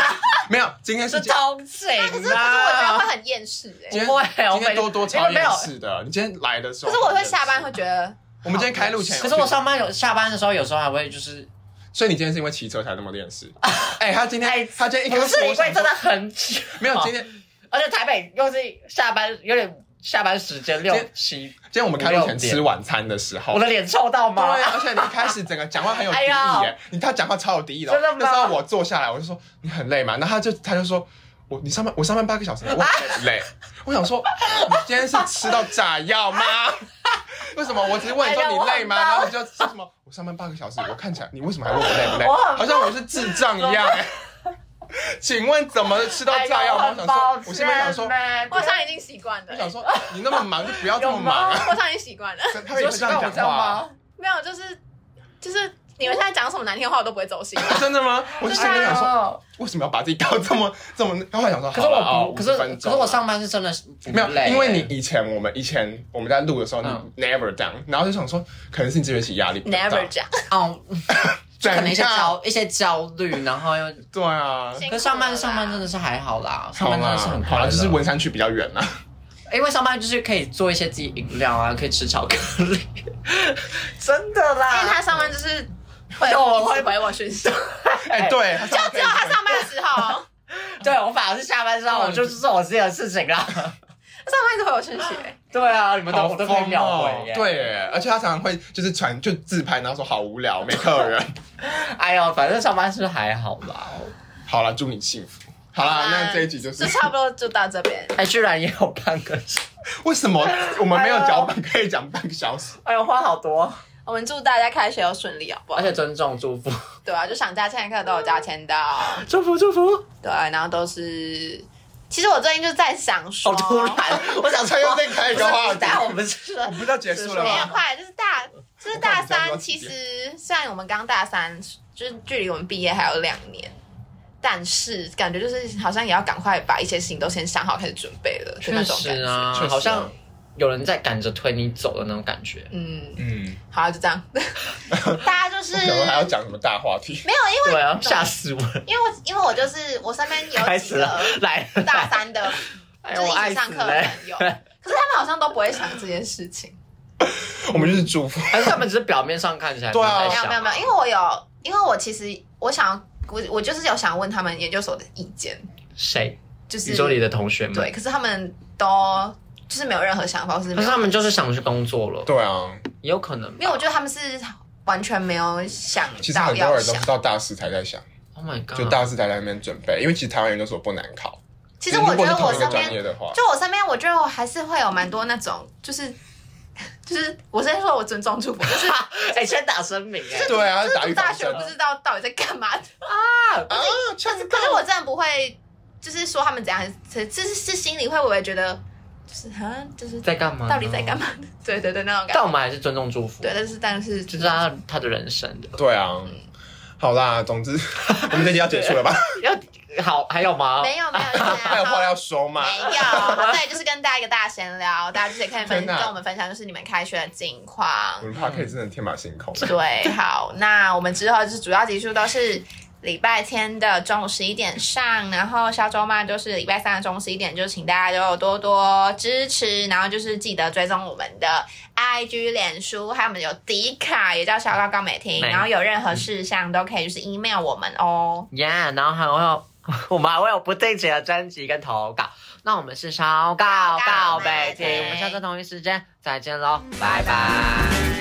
[SPEAKER 3] 没有，今天是
[SPEAKER 2] 是
[SPEAKER 3] 今
[SPEAKER 2] 通勤啦，
[SPEAKER 1] 可是可是我觉得会很厌世哎、
[SPEAKER 3] 天
[SPEAKER 2] 不会我
[SPEAKER 3] 今天
[SPEAKER 2] 每
[SPEAKER 3] 多多超
[SPEAKER 2] 没有没
[SPEAKER 3] 厌
[SPEAKER 2] 有
[SPEAKER 3] 世的。你今天来的时
[SPEAKER 1] 可
[SPEAKER 3] 候，
[SPEAKER 1] 是我会下班会觉得，
[SPEAKER 3] 我们今天开路前，
[SPEAKER 2] 可是我上班有下班的时候，有时候还会就是，
[SPEAKER 3] 所以你今天是因为骑车才那么 厌世。哎，他今
[SPEAKER 2] 哎
[SPEAKER 3] 天他今天一开
[SPEAKER 2] 不
[SPEAKER 3] 始
[SPEAKER 2] 是因
[SPEAKER 3] 我
[SPEAKER 2] 为
[SPEAKER 3] 想
[SPEAKER 2] 真
[SPEAKER 3] 说
[SPEAKER 2] 的很久，
[SPEAKER 3] 没有今天
[SPEAKER 2] 而且台北又是下班有点下班时间六
[SPEAKER 3] 今天
[SPEAKER 2] 七，
[SPEAKER 3] 今天我们开路前
[SPEAKER 2] 五六点
[SPEAKER 3] 吃晚餐的时候
[SPEAKER 2] 我，的脸臭到
[SPEAKER 3] 对
[SPEAKER 2] 吗？
[SPEAKER 3] 啊，而且你一开始整个讲话很有敌意
[SPEAKER 2] 哎呦
[SPEAKER 3] 耶，你他讲话超有敌意的哦。
[SPEAKER 2] 真的吗
[SPEAKER 3] 那时候我坐下来，我就说你很累嘛，然后他就他就说。我你上班我上班八个小时，我 很累。我想说，你今天是吃到炸药吗？ 为什么？我只是问你说
[SPEAKER 2] 哎呀
[SPEAKER 3] 你
[SPEAKER 2] 我很
[SPEAKER 3] 累吗？
[SPEAKER 2] 棒
[SPEAKER 3] 然后你就说什么？我上班八个小时，我看起来你为什么还问我累不累
[SPEAKER 2] 我很？棒
[SPEAKER 3] 好像我是智障一样哎。请问怎么吃到炸 药吗？哎
[SPEAKER 2] 哎
[SPEAKER 3] 我想说，我心里面想说，
[SPEAKER 1] 我好像已经习惯
[SPEAKER 3] 我
[SPEAKER 1] 了、欸
[SPEAKER 3] 想说你那么忙就不要这么 忙
[SPEAKER 1] 我
[SPEAKER 3] 啊。
[SPEAKER 1] 好像已经习惯了。
[SPEAKER 3] 他会这样讲话？啊
[SPEAKER 1] 没有，就是就是你们现在讲什么难听的话，我都不会走心。
[SPEAKER 3] 真的吗？我就心里面想说，
[SPEAKER 2] 说，
[SPEAKER 3] 为什么要把自己搞这么 这么？然后我想说，
[SPEAKER 2] 可是
[SPEAKER 3] 好了
[SPEAKER 2] 我
[SPEAKER 3] 哦
[SPEAKER 2] 不，可是
[SPEAKER 3] 50分
[SPEAKER 2] 可
[SPEAKER 3] 钟
[SPEAKER 2] 是我上班是真的不
[SPEAKER 3] 没有
[SPEAKER 2] 累，
[SPEAKER 3] 因为你以前我们以前我们在录的时候，
[SPEAKER 2] 嗯
[SPEAKER 3] 你 never down，然后就想说，可能是你这学期压力比较大
[SPEAKER 1] Never 讲，
[SPEAKER 2] 哦，就可能一些
[SPEAKER 3] 整套
[SPEAKER 2] 焦一些焦虑，然后又
[SPEAKER 3] 对啊，
[SPEAKER 1] 辛苦
[SPEAKER 2] 可
[SPEAKER 1] 了
[SPEAKER 2] 上班
[SPEAKER 1] 啦
[SPEAKER 2] 上班真的是还好啦，上
[SPEAKER 3] 好
[SPEAKER 2] 班真
[SPEAKER 3] 啦
[SPEAKER 2] 的是很，快
[SPEAKER 3] 好
[SPEAKER 2] 乐
[SPEAKER 3] 啦，就是文山区比较远啊啦。
[SPEAKER 2] 因为上班就是可以做一些自己饮料啊，可以吃巧克 力，真的
[SPEAKER 1] 因为他
[SPEAKER 2] 啦。
[SPEAKER 1] 上班就是 会
[SPEAKER 2] 有我
[SPEAKER 1] 一
[SPEAKER 2] 会
[SPEAKER 1] 直回哎我 讯息，
[SPEAKER 3] 哎，对，就
[SPEAKER 1] 就只有
[SPEAKER 2] 啊
[SPEAKER 1] 他 上班的时候，他
[SPEAKER 2] 对我反而是下班之
[SPEAKER 3] 哦
[SPEAKER 2] 后，我就是做我自己的事情啦。
[SPEAKER 1] 上班一直回我讯息，欸
[SPEAKER 2] 对啊，你们都
[SPEAKER 3] 好
[SPEAKER 2] 我都
[SPEAKER 3] 疯
[SPEAKER 2] 可以秒
[SPEAKER 3] 哦
[SPEAKER 2] 回耶。，
[SPEAKER 3] 对耶，而且他常常会就是传就自拍，然后说好无聊，没客 人。
[SPEAKER 2] 哎呦，反正上班是还好啦。
[SPEAKER 3] 好了，祝你幸福。好啦，
[SPEAKER 1] 好啦
[SPEAKER 3] 那这一集就是
[SPEAKER 1] 就差不多就到这边。
[SPEAKER 2] 哎，居然也有半个小时，
[SPEAKER 3] 为什么我们没有脚 本可以讲半个小时？
[SPEAKER 2] 哎呦，话好 多，
[SPEAKER 1] 我们祝大家开学要顺利，好不好
[SPEAKER 2] 而？且尊重祝福，
[SPEAKER 1] 对啊，就想加签的课都有加签到，
[SPEAKER 2] 祝福祝福，
[SPEAKER 1] 对，啊然后都是。其实我最近就在想说，
[SPEAKER 2] 好突然，我想
[SPEAKER 3] 他
[SPEAKER 2] 说
[SPEAKER 3] 又再开一个话题
[SPEAKER 2] 等，下我们是
[SPEAKER 3] 哎我们不是要结束了
[SPEAKER 1] 没有
[SPEAKER 3] 吗？
[SPEAKER 1] 快，就是大，就是大
[SPEAKER 3] 我看你家多
[SPEAKER 1] 三。
[SPEAKER 3] 几
[SPEAKER 1] 其
[SPEAKER 3] 遍
[SPEAKER 1] 实虽然我们刚大三，就是距离我们毕业还有两年，但是感觉就是好像也要赶快把一些事情都先想好，开始准备了，就那
[SPEAKER 2] 确
[SPEAKER 1] 种感
[SPEAKER 2] 实
[SPEAKER 1] 觉。
[SPEAKER 2] 啊
[SPEAKER 3] 确实，啊
[SPEAKER 2] 好像有人在赶着推你走的那种感觉。
[SPEAKER 1] 嗯，
[SPEAKER 3] 嗯，
[SPEAKER 1] 好啊，就这 样。大家就是
[SPEAKER 3] 我想说还要讲什么大话题？
[SPEAKER 1] 没有，因为
[SPEAKER 2] 对啊，吓死我了！
[SPEAKER 1] 因为我因为我就是我身边有
[SPEAKER 2] 开
[SPEAKER 1] 几
[SPEAKER 2] 始了
[SPEAKER 1] 个，
[SPEAKER 2] 来了，
[SPEAKER 1] 大三的，
[SPEAKER 2] 哎
[SPEAKER 1] 就
[SPEAKER 2] 我
[SPEAKER 1] 是一
[SPEAKER 2] 爱
[SPEAKER 1] 起
[SPEAKER 2] 死
[SPEAKER 1] 上课
[SPEAKER 2] 了
[SPEAKER 1] 的朋友，可是他们好像都不会想这件事情。
[SPEAKER 3] 我们就是祝福。
[SPEAKER 2] 还是他们只是表面上看起来
[SPEAKER 3] 对啊
[SPEAKER 2] 没
[SPEAKER 1] 没
[SPEAKER 2] 在
[SPEAKER 1] 有
[SPEAKER 2] 想
[SPEAKER 1] 没有没有，因为我有，因为我其实我想要，我我就是有想问他们研究所的意见，
[SPEAKER 2] 谁？
[SPEAKER 1] 就是
[SPEAKER 2] 你说你的同学们？
[SPEAKER 1] 对，，可是他们都就是没有任何想法，或是
[SPEAKER 2] 可
[SPEAKER 1] 没
[SPEAKER 2] 是
[SPEAKER 1] 有
[SPEAKER 2] 他们就是想去工作了，
[SPEAKER 3] 对啊，
[SPEAKER 2] 也有可能吧。
[SPEAKER 1] 因为我觉得他们是完全没有想
[SPEAKER 3] 其实
[SPEAKER 1] 到
[SPEAKER 3] 很多
[SPEAKER 1] 要
[SPEAKER 3] 人都
[SPEAKER 1] 想嗯
[SPEAKER 3] 是。到大四才在想，
[SPEAKER 2] Oh my god！
[SPEAKER 3] 就大四才在那边准备，因为其实台湾研究所不难考。
[SPEAKER 1] 其实我觉
[SPEAKER 3] 如果是
[SPEAKER 1] 得我
[SPEAKER 3] 同一
[SPEAKER 1] 身
[SPEAKER 3] 个专业
[SPEAKER 1] 边，
[SPEAKER 3] 的话，
[SPEAKER 1] 就我身边，我觉得我还是会有蛮多那种，就是 就是，我先说我尊重祝福，就是
[SPEAKER 2] 哎，先打声明哎，
[SPEAKER 3] 对啊，
[SPEAKER 1] 就是
[SPEAKER 3] 打预
[SPEAKER 1] 读大
[SPEAKER 3] 防
[SPEAKER 1] 学
[SPEAKER 3] 针
[SPEAKER 1] 不知道到底在干嘛的。
[SPEAKER 3] 啊，
[SPEAKER 1] 可是可是我真的不会，就是说他们怎样，是是是心里会，我也觉得就是好像就是
[SPEAKER 2] 在干嘛？
[SPEAKER 1] 到底在干？嘛？ 对对对，那种感
[SPEAKER 2] 但
[SPEAKER 1] 觉。
[SPEAKER 2] 我们还是尊重祝福，
[SPEAKER 1] 对，，但是但是
[SPEAKER 2] 就是他他的人生的。
[SPEAKER 3] 对啊。好啦，总之 我们这集要结束了吧？
[SPEAKER 1] 嗯
[SPEAKER 2] 要好还有吗？
[SPEAKER 1] 没有没有，就是
[SPEAKER 3] 还有话要说吗？
[SPEAKER 1] 没 有，对，就是跟大家一个大闲聊，大家就是也可以分
[SPEAKER 3] 真的啊
[SPEAKER 1] 跟我们分享，就是你们开学的近况。
[SPEAKER 3] 我们 p o d 真的天马行空。
[SPEAKER 1] 对，好，那我们之后就是主要集数都是礼拜天的中午十一点上，然后下周嘛就是礼拜三的中午十一点，就请大家就多多支持，然后就是记得追踪我们的 IG、脸书，还有我们有迪卡，也叫小高高美婷，
[SPEAKER 2] 对
[SPEAKER 1] 然后有任何事项都可以就是 email 我们哦。
[SPEAKER 2] Yeah，然后还会有我们还会有不定期的征集跟投稿。那我们是烧告告北
[SPEAKER 1] 告告北
[SPEAKER 2] 京，
[SPEAKER 1] 京
[SPEAKER 2] 我们下次同一时间再见喽，拜拜